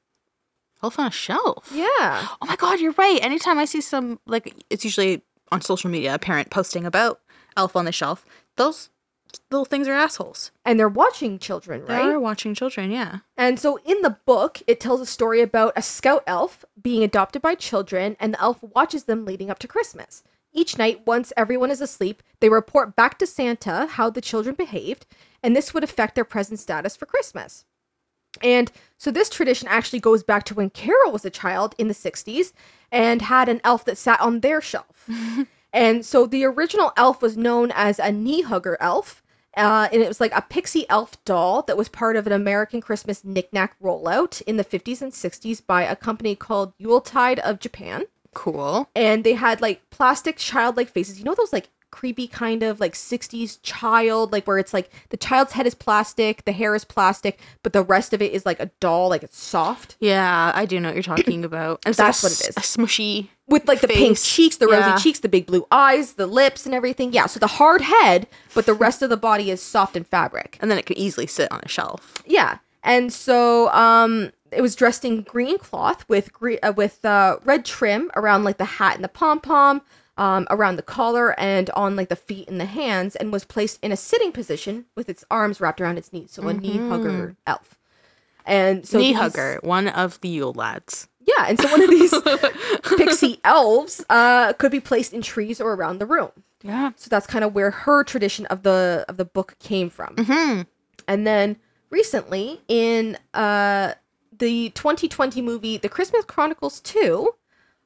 [SPEAKER 5] Elf on a Shelf.
[SPEAKER 2] Yeah,
[SPEAKER 5] Oh my God, you're right. Anytime I see some, like, it's usually on social media, a parent posting about Elf on the Shelf, those little things are assholes.
[SPEAKER 2] and they're watching children,
[SPEAKER 5] They
[SPEAKER 2] right?
[SPEAKER 5] are watching children, yeah.
[SPEAKER 2] And so in the book, it tells a story about a scout elf being adopted by children, and the elf watches them leading up to Christmas. Each night, once everyone is asleep, they report back to Santa how the children behaved, and this would affect their present status for Christmas. And so this tradition actually goes back to when Carol was a child in the 60s and had an elf that sat on their shelf. and so the original elf was known as a knee hugger elf. Uh, and it was like a pixie elf doll that was part of an American Christmas knickknack rollout in the 50s and 60s by a company called Yuletide of Japan
[SPEAKER 5] Cool.
[SPEAKER 2] and they had like plastic childlike faces. You know those like creepy kind of like 60s child like where it's like the child's head is plastic, the hair is plastic, but the rest of it is like a doll, like it's soft
[SPEAKER 5] Yeah, I do know what you're [COUGHS] talking about. It's
[SPEAKER 2] That's
[SPEAKER 5] like
[SPEAKER 2] what it
[SPEAKER 5] a s- A smushy.
[SPEAKER 2] with like the pink
[SPEAKER 5] Face.
[SPEAKER 2] cheeks, the
[SPEAKER 5] Yeah.
[SPEAKER 2] rosy cheeks, the big blue eyes, the lips and everything. Yeah, so the hard head, but the rest of the body is soft and fabric.
[SPEAKER 5] And then it could easily sit on a shelf.
[SPEAKER 2] Yeah. And so um it was dressed in green cloth with gre- uh, with uh, red trim around like the hat and the pom pom, um, around the collar and on like the feet and the hands, and was placed in a sitting position with its arms wrapped around its knees. So a knee hugger elf. And so
[SPEAKER 5] Mm-hmm. Knee
[SPEAKER 2] these-
[SPEAKER 5] hugger, one of the Yule lads.
[SPEAKER 2] yeah, and so one of these pixie elves uh, could be placed in trees or around the room.
[SPEAKER 5] Yeah.
[SPEAKER 2] So that's kind of where her tradition of the of the book came from.
[SPEAKER 5] Hmm.
[SPEAKER 2] And then recently in uh the 2020 movie The Christmas Chronicles 2,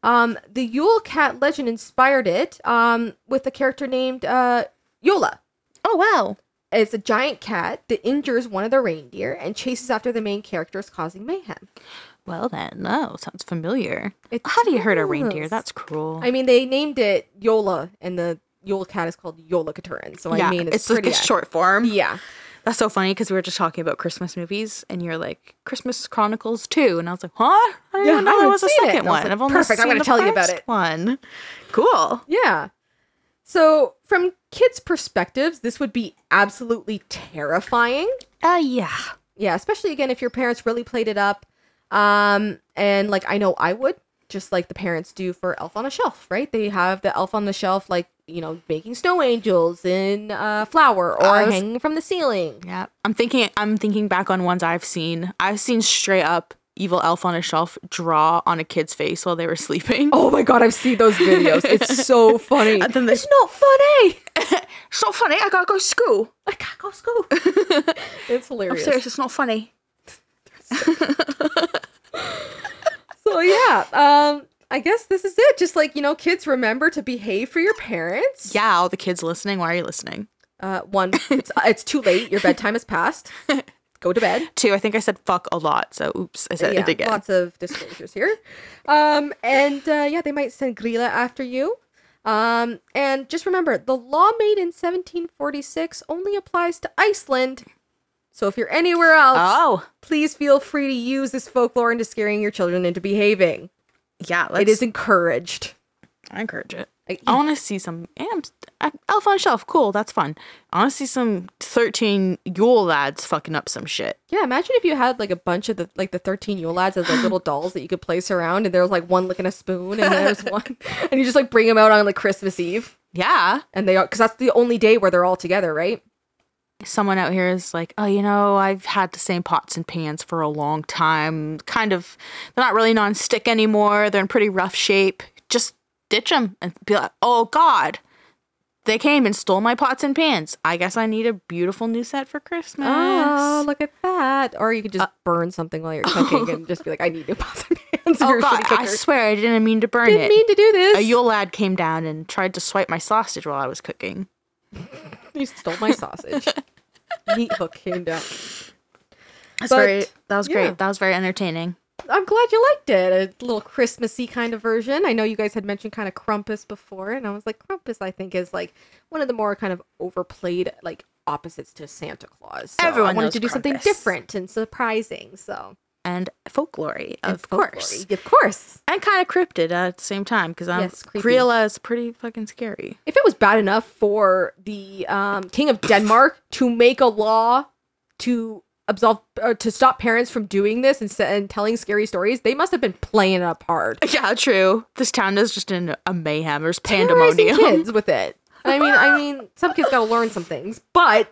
[SPEAKER 2] um the Yule Cat legend inspired it um with a character named uh Yola.
[SPEAKER 5] Oh, wow.
[SPEAKER 2] It's a giant cat that injures one of the reindeer and chases after the main characters causing mayhem.
[SPEAKER 5] Well, then, no, sounds familiar.
[SPEAKER 2] It
[SPEAKER 5] How do you hurt a
[SPEAKER 2] does.
[SPEAKER 5] reindeer? That's cruel.
[SPEAKER 2] I mean they named it Yola and the Yule cat is called Yola Katurin. So I mean it's, pretty
[SPEAKER 5] like a
[SPEAKER 2] ac-
[SPEAKER 5] short form.
[SPEAKER 2] Yeah.
[SPEAKER 5] That's so funny because we were just talking about Christmas movies, and you're like Christmas Chronicles two, and I was like, huh? I didn't
[SPEAKER 2] Yeah,
[SPEAKER 5] even know
[SPEAKER 2] I
[SPEAKER 5] there
[SPEAKER 2] haven't
[SPEAKER 5] was a
[SPEAKER 2] seen it.
[SPEAKER 5] second
[SPEAKER 2] And I was
[SPEAKER 5] one.
[SPEAKER 2] like,
[SPEAKER 5] I've only
[SPEAKER 2] perfect, I'm
[SPEAKER 5] Seen
[SPEAKER 2] gonna
[SPEAKER 5] the
[SPEAKER 2] tell you about
[SPEAKER 5] first
[SPEAKER 2] it.
[SPEAKER 5] One, cool.
[SPEAKER 2] Yeah. So, from kids' perspectives, this would be absolutely terrifying.
[SPEAKER 5] Uh, yeah.
[SPEAKER 2] Yeah, especially again if your parents really played it up. Um, and like I know I would, just like the parents do for Elf on a Shelf, right? They have the Elf on the Shelf, like you know, making snow angels in uh, flour or
[SPEAKER 5] I was-
[SPEAKER 2] hanging from the ceiling.
[SPEAKER 5] Yeah, I'm thinking. I'm thinking back on ones I've seen. I've seen straight up evil elf on a shelf draw on a kid's face while they were [LAUGHS] sleeping.
[SPEAKER 2] Oh my god, I've seen those videos. It's [LAUGHS] so funny.
[SPEAKER 5] And then they-
[SPEAKER 2] it's not funny.
[SPEAKER 5] so funny! I gotta go to school.
[SPEAKER 2] I can't go to school. [LAUGHS] it's hilarious.
[SPEAKER 5] it's not funny.
[SPEAKER 2] So yeah, um, I guess this is it. Just like you know, kids remember to behave for your parents.
[SPEAKER 5] Yeah, all the kids listening. Why are you listening?
[SPEAKER 2] Uh, one, it's, it's too late. Your bedtime has
[SPEAKER 5] [LAUGHS]
[SPEAKER 2] passed. Go to bed.
[SPEAKER 5] Two, I think I said fuck a lot, so oops, I said it
[SPEAKER 2] Yeah,
[SPEAKER 5] again.
[SPEAKER 2] lots of disclosures here. Um, and uh, yeah, they might send grilla after you. Um, and just remember, the law made in 1746 only applies to Iceland. So if you're anywhere else,
[SPEAKER 5] Oh,
[SPEAKER 2] please feel free to use this folklore into scaring your children into behaving.
[SPEAKER 5] yeah. Let's,
[SPEAKER 2] It is encouraged.
[SPEAKER 5] I encourage it.
[SPEAKER 2] I-
[SPEAKER 5] I want to see some. Yeah, I'm, I, Elf on a Shelf, cool, that's fun. I want to see some 13 Yule lads fucking up some shit.
[SPEAKER 2] Yeah, imagine if you had like a bunch of the like the thirteen Yule lads as [GASPS] like little dolls that you could place around, and there was like one licking a spoon, and then [LAUGHS] there's one, and you just like bring them out on like Christmas Eve,
[SPEAKER 5] Yeah.
[SPEAKER 2] and they are because that's the only day where they're all together, right?
[SPEAKER 5] Someone out here is like, oh, you know, I've had the same pots and pans for a long time. Kind of, they're not really non-stick anymore. They're in pretty rough shape. Just ditch them and be like, oh, God. They came and stole my pots and pans. I guess I need a beautiful new set for Christmas. Um,
[SPEAKER 2] Oh, look at that! Or you could just burn something [LAUGHS] while you're cooking and just be like, "I need new pots [LAUGHS] and pans."
[SPEAKER 5] Oh
[SPEAKER 2] You're a
[SPEAKER 5] God!
[SPEAKER 2] shitty Uh,
[SPEAKER 5] I
[SPEAKER 2] cooker.
[SPEAKER 5] swear I didn't mean to burn
[SPEAKER 2] didn't
[SPEAKER 5] it.
[SPEAKER 2] mean to do this.
[SPEAKER 5] a Yule lad came down and tried to swipe my sausage while I was cooking.
[SPEAKER 2] you stole my [LAUGHS] sausage. Meat hook came down. But-
[SPEAKER 5] That's
[SPEAKER 2] very-
[SPEAKER 5] that was
[SPEAKER 2] yeah.
[SPEAKER 5] That was very entertaining.
[SPEAKER 2] I'm glad you liked it. A little Christmassy kind of version. I know you guys had mentioned kind of Krampus before, and I was like, Krampus, I think, is like one of the more kind of overplayed like opposites to Santa Claus. So I
[SPEAKER 5] Everyone
[SPEAKER 2] wanted
[SPEAKER 5] knows
[SPEAKER 2] to do something
[SPEAKER 5] Krampus.
[SPEAKER 2] different and surprising. So
[SPEAKER 5] and folklory,
[SPEAKER 2] And
[SPEAKER 5] of
[SPEAKER 2] folklore-y.
[SPEAKER 5] course,
[SPEAKER 2] of course.
[SPEAKER 5] and kind of cryptid at the same time because I'm
[SPEAKER 2] Yes, creepy.
[SPEAKER 5] Kriela is pretty fucking scary.
[SPEAKER 2] if it was bad enough for the um, king of Denmark to make a law to absolve or to stop parents from doing this and, s- and telling scary stories, they must have been playing it up hard,
[SPEAKER 5] [LAUGHS] Yeah, true. This town is just in a mayhem. There's
[SPEAKER 2] terrorizing
[SPEAKER 5] pandemonium.
[SPEAKER 2] [LAUGHS] kids with it. I mean, I mean, some kids gotta learn some things, but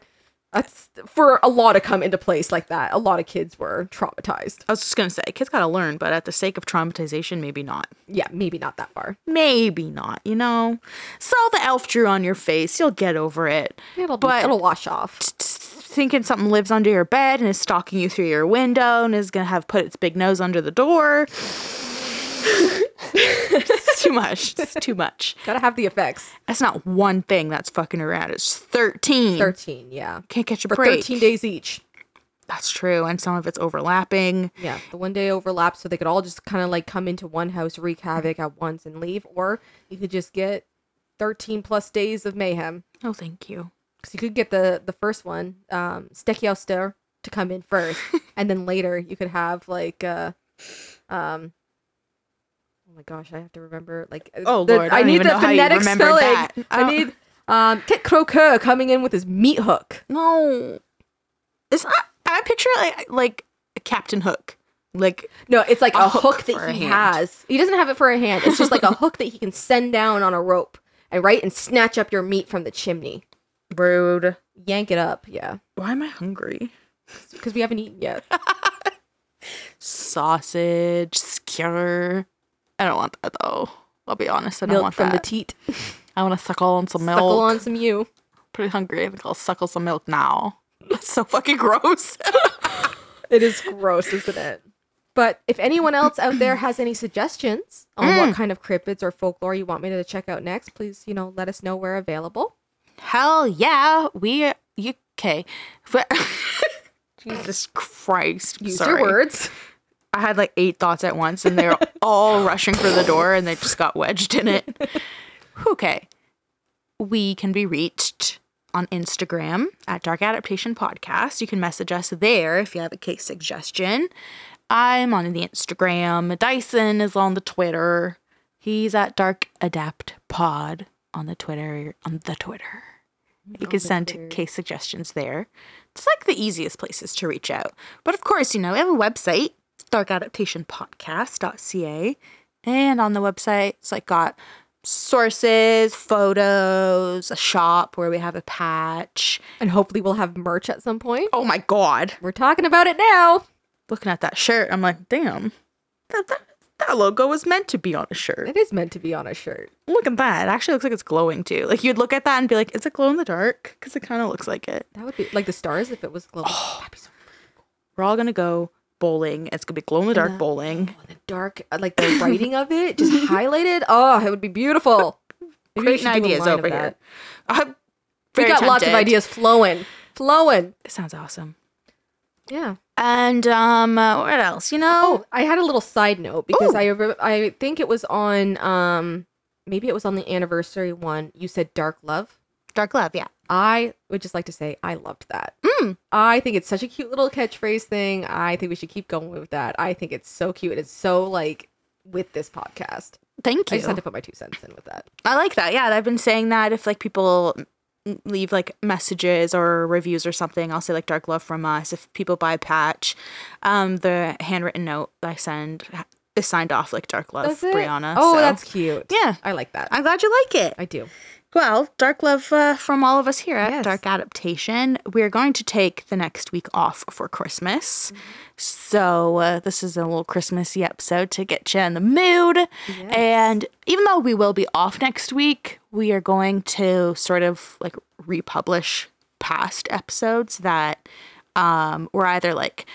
[SPEAKER 2] that's for a law to come into place like that. A lot of kids were traumatized.
[SPEAKER 5] [LAUGHS] I was just gonna say, kids gotta learn, but at the sake of traumatization, maybe not.
[SPEAKER 2] Yeah, maybe not that far.
[SPEAKER 5] Maybe not. You know, saw the elf drew on your face. You'll get over it.
[SPEAKER 2] It'll
[SPEAKER 5] But-
[SPEAKER 2] it'll wash off.
[SPEAKER 5] thinking something lives under your bed and is stalking you through your window and is gonna have put its big nose under the door. it's too much. It's too much.
[SPEAKER 2] Gotta have the effects.
[SPEAKER 5] That's not one thing that's fucking around. It's 13.
[SPEAKER 2] Thirteen, yeah,
[SPEAKER 5] Can't catch a
[SPEAKER 2] for
[SPEAKER 5] break.
[SPEAKER 2] thirteen days each.
[SPEAKER 5] That's true. And some of it's overlapping.
[SPEAKER 2] Yeah, the one day overlap, so they could all just kind of like come into one house, wreak havoc at once, and leave. Or you could just get thirteen plus days of mayhem
[SPEAKER 5] No, thank you.
[SPEAKER 2] because you could get the the first one, um, Stekiauster, to come in
[SPEAKER 5] [LAUGHS]
[SPEAKER 2] first, and then later you could have like, uh, um, oh my gosh, I have to remember like. uh,
[SPEAKER 5] Oh,
[SPEAKER 2] the-
[SPEAKER 5] Lord, I don't even know how you remembered that.
[SPEAKER 2] I
[SPEAKER 5] Oh.
[SPEAKER 2] need um Kit Croker coming in with his meat hook.
[SPEAKER 5] No. It's not. I picture like, like Captain Hook. Like,
[SPEAKER 2] No, it's like a,
[SPEAKER 5] A hook
[SPEAKER 2] hook, that
[SPEAKER 5] for a
[SPEAKER 2] he
[SPEAKER 5] hand.
[SPEAKER 2] has. He doesn't have it for a hand. It's just like
[SPEAKER 5] [LAUGHS]
[SPEAKER 2] a hook that he can send down on a rope and right and snatch up your meat from the chimney.
[SPEAKER 5] rude.
[SPEAKER 2] Yank it up, yeah.
[SPEAKER 5] Why am I hungry?
[SPEAKER 2] Because we haven't eaten
[SPEAKER 5] [LAUGHS]
[SPEAKER 2] yet.
[SPEAKER 5] Sausage, skewer. I don't want that though. I'll be honest. I don't
[SPEAKER 2] Milk
[SPEAKER 5] want
[SPEAKER 2] from the
[SPEAKER 5] that.
[SPEAKER 2] teat.
[SPEAKER 5] I want to suckle on some milk.
[SPEAKER 2] Suckle on some you.
[SPEAKER 5] Pretty hungry. I think I'll suckle some milk now. [LAUGHS] That's so fucking gross. [LAUGHS]
[SPEAKER 2] It is gross, isn't it? But if anyone else out there has any suggestions on
[SPEAKER 5] Mm.
[SPEAKER 2] what kind of cryptids or folklore you want me to check out next, please, you know, let us know we're available.
[SPEAKER 5] Hell yeah, we you okay? But- [LAUGHS] Jesus Christ!
[SPEAKER 2] Use
[SPEAKER 5] sorry.
[SPEAKER 2] your words.
[SPEAKER 5] I had like eight thoughts at once, and they're all rushing for the door, and they just got wedged in it. Okay, we can be reached on Instagram at Dark Adaptation Podcast. You can message us there if you have a case suggestion. I'm on the Instagram. Dyson is on the Twitter. He's at Dark Adapt Pod on the Twitter. On the Twitter. You can send case suggestions there. It's like the easiest places to reach out. But of course, you know, we have a website, darkadaptationpodcast.ca. And on the website, it's like got sources, photos, a shop where we have a patch.
[SPEAKER 2] And hopefully we'll have merch at some point.
[SPEAKER 5] Oh my God.
[SPEAKER 2] We're talking about it now.
[SPEAKER 5] Looking at that shirt, I'm like, damn, that, that, that logo was meant to be on a shirt.
[SPEAKER 2] It is meant to be on a shirt.
[SPEAKER 5] Look at that. It actually looks like it's glowing too. Like you'd look at that and be like, is it glow in the dark? Because it kind of looks like it.
[SPEAKER 2] That would be like the stars if it was glowing.
[SPEAKER 5] Oh,
[SPEAKER 2] That'd be so
[SPEAKER 5] We're all going to go bowling. It's going to be glow in the dark
[SPEAKER 2] the-
[SPEAKER 5] bowling.
[SPEAKER 2] the dark, uh, like the writing of it,
[SPEAKER 5] [LAUGHS]
[SPEAKER 2] just highlighted. Oh, it would be beautiful. Maybe we
[SPEAKER 5] Great
[SPEAKER 2] should do a
[SPEAKER 5] ideas
[SPEAKER 2] line of
[SPEAKER 5] over here.
[SPEAKER 2] that.
[SPEAKER 5] I'm
[SPEAKER 2] We
[SPEAKER 5] very
[SPEAKER 2] got lots of
[SPEAKER 5] tempted.
[SPEAKER 2] ideas flowing, flowing.
[SPEAKER 5] It sounds awesome.
[SPEAKER 2] Yeah.
[SPEAKER 5] And um, uh, what else? You know,
[SPEAKER 2] Oh, I had a little side note because
[SPEAKER 5] Ooh.
[SPEAKER 2] I re- I think it was on um maybe it was on the anniversary one. You said dark love.
[SPEAKER 5] dark love. Yeah,
[SPEAKER 2] I would just like to say I loved that. I think it's such a cute little catchphrase thing. I think we should keep going with that. I think it's so cute. It's so like with this podcast.
[SPEAKER 5] thank
[SPEAKER 2] I
[SPEAKER 5] you.
[SPEAKER 2] just had to put my two cents in with that.
[SPEAKER 5] I like that. Yeah, I've been saying that. If like people m- leave like messages or reviews or something, I'll say like dark love from us. If people buy a patch, um, the handwritten note that I send is signed off like dark love,
[SPEAKER 2] Is it?
[SPEAKER 5] Brianna.
[SPEAKER 2] Oh,
[SPEAKER 5] so-
[SPEAKER 2] that's cute.
[SPEAKER 5] Yeah.
[SPEAKER 2] I like that.
[SPEAKER 5] I'm glad you like it.
[SPEAKER 2] I do.
[SPEAKER 5] Well, dark love uh, from all of us here at
[SPEAKER 2] Yes.
[SPEAKER 5] Dark Adaptation. We're going to take the next week off for Christmas. So, uh, this is a little Christmassy episode to get you in the mood. And even though we will be off next week, we are going to sort of like republish past episodes that um, were either like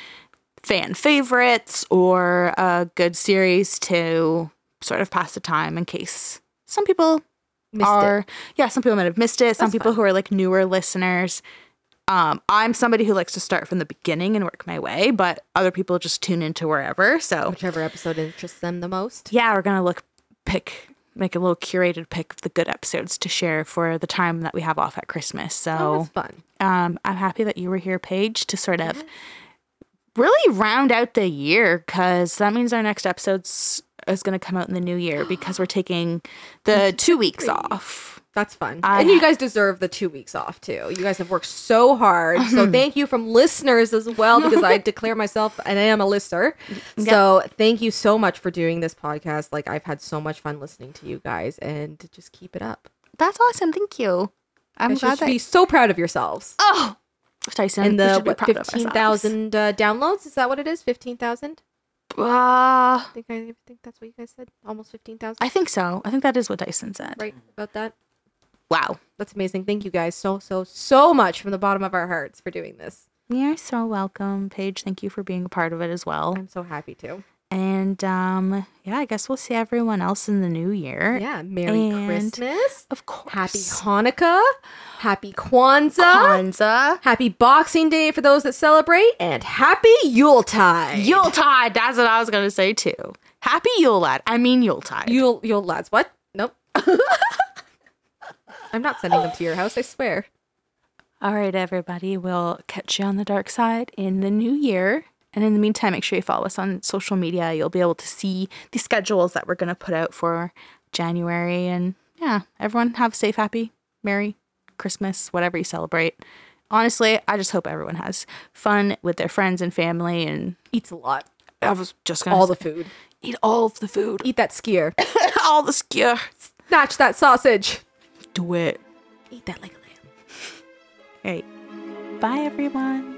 [SPEAKER 5] fan favorites or a good series to sort of pass the time in case some people
[SPEAKER 2] Missed it.
[SPEAKER 5] are yeah some people might have missed it some people who are like newer listeners Um, I'm somebody who likes to start from the beginning and work my way, but other people just tune into wherever. So
[SPEAKER 2] Whichever episode interests them the most.
[SPEAKER 5] yeah, we're gonna look pick make a little curated pick of the good episodes to share for the time that we have off at Christmas.
[SPEAKER 2] Oh,
[SPEAKER 5] So
[SPEAKER 2] it's fun.
[SPEAKER 5] um, I'm happy that you were here, Paige, to sort of really round out the year because that means our next episode's is going to come out in the new [GASPS] year because we're taking the two weeks off.
[SPEAKER 2] That's fun.
[SPEAKER 5] I-
[SPEAKER 2] and you guys deserve the two weeks off too. You guys have worked so hard.
[SPEAKER 5] [LAUGHS]
[SPEAKER 2] so thank you from listeners as well, because I declare myself and I am a listener. So thank you so much for doing this podcast. Like I've had so much fun listening to you guys and just keep it up.
[SPEAKER 5] That's awesome. Thank you. I'm
[SPEAKER 2] You guys
[SPEAKER 5] glad
[SPEAKER 2] should
[SPEAKER 5] that
[SPEAKER 2] be so proud of yourselves.
[SPEAKER 5] oh, Tyson
[SPEAKER 2] and
[SPEAKER 5] we
[SPEAKER 2] the
[SPEAKER 5] should be
[SPEAKER 2] what,
[SPEAKER 5] proud of ourselves.
[SPEAKER 2] 15,000 uh, downloads. Is that what it is? 15,000?
[SPEAKER 5] Uh,
[SPEAKER 2] I think I think that's what you guys said. Almost 15,000.
[SPEAKER 5] I think so. I think that is what Tyson said.
[SPEAKER 2] Right about that.
[SPEAKER 5] Wow.
[SPEAKER 2] That's amazing. Thank you guys so so so much from the bottom of our hearts for doing this.
[SPEAKER 5] You're so welcome, Paige. Thank you for being a part of it as well.
[SPEAKER 2] I'm so happy to.
[SPEAKER 5] And um, yeah, I guess we'll see everyone else in the new year.
[SPEAKER 2] Yeah, Merry
[SPEAKER 5] And-
[SPEAKER 2] Christmas.
[SPEAKER 5] Of course.
[SPEAKER 2] Happy Hanukkah. Happy Kwanzaa.
[SPEAKER 5] Kwanzaa.
[SPEAKER 2] happy Boxing Day for those that celebrate. And happy Yuletide.
[SPEAKER 5] Yuletide. That's what I was going to say too. Happy Yule Lad. I mean Yuletide.
[SPEAKER 2] Yule, Yule lads. What? Nope. [LAUGHS] I'm not sending them to your house, I swear.
[SPEAKER 5] All right, everybody. We'll catch you on the dark side in the new year. And in the meantime, make sure you follow us on social media. You'll be able to see the schedules that we're going to put out for January. And yeah, everyone have a safe, happy, merry Christmas, whatever you celebrate. Honestly, I just hope everyone has fun with their friends and family. And
[SPEAKER 2] Eats a lot.
[SPEAKER 5] I was just going
[SPEAKER 2] All
[SPEAKER 5] to
[SPEAKER 2] the food.
[SPEAKER 5] eat all of the food,
[SPEAKER 2] Eat that skier.
[SPEAKER 5] all the skewer.
[SPEAKER 2] Snatch that sausage.
[SPEAKER 5] Do it.
[SPEAKER 2] Eat that like a lamb.
[SPEAKER 5] All right. Bye, everyone.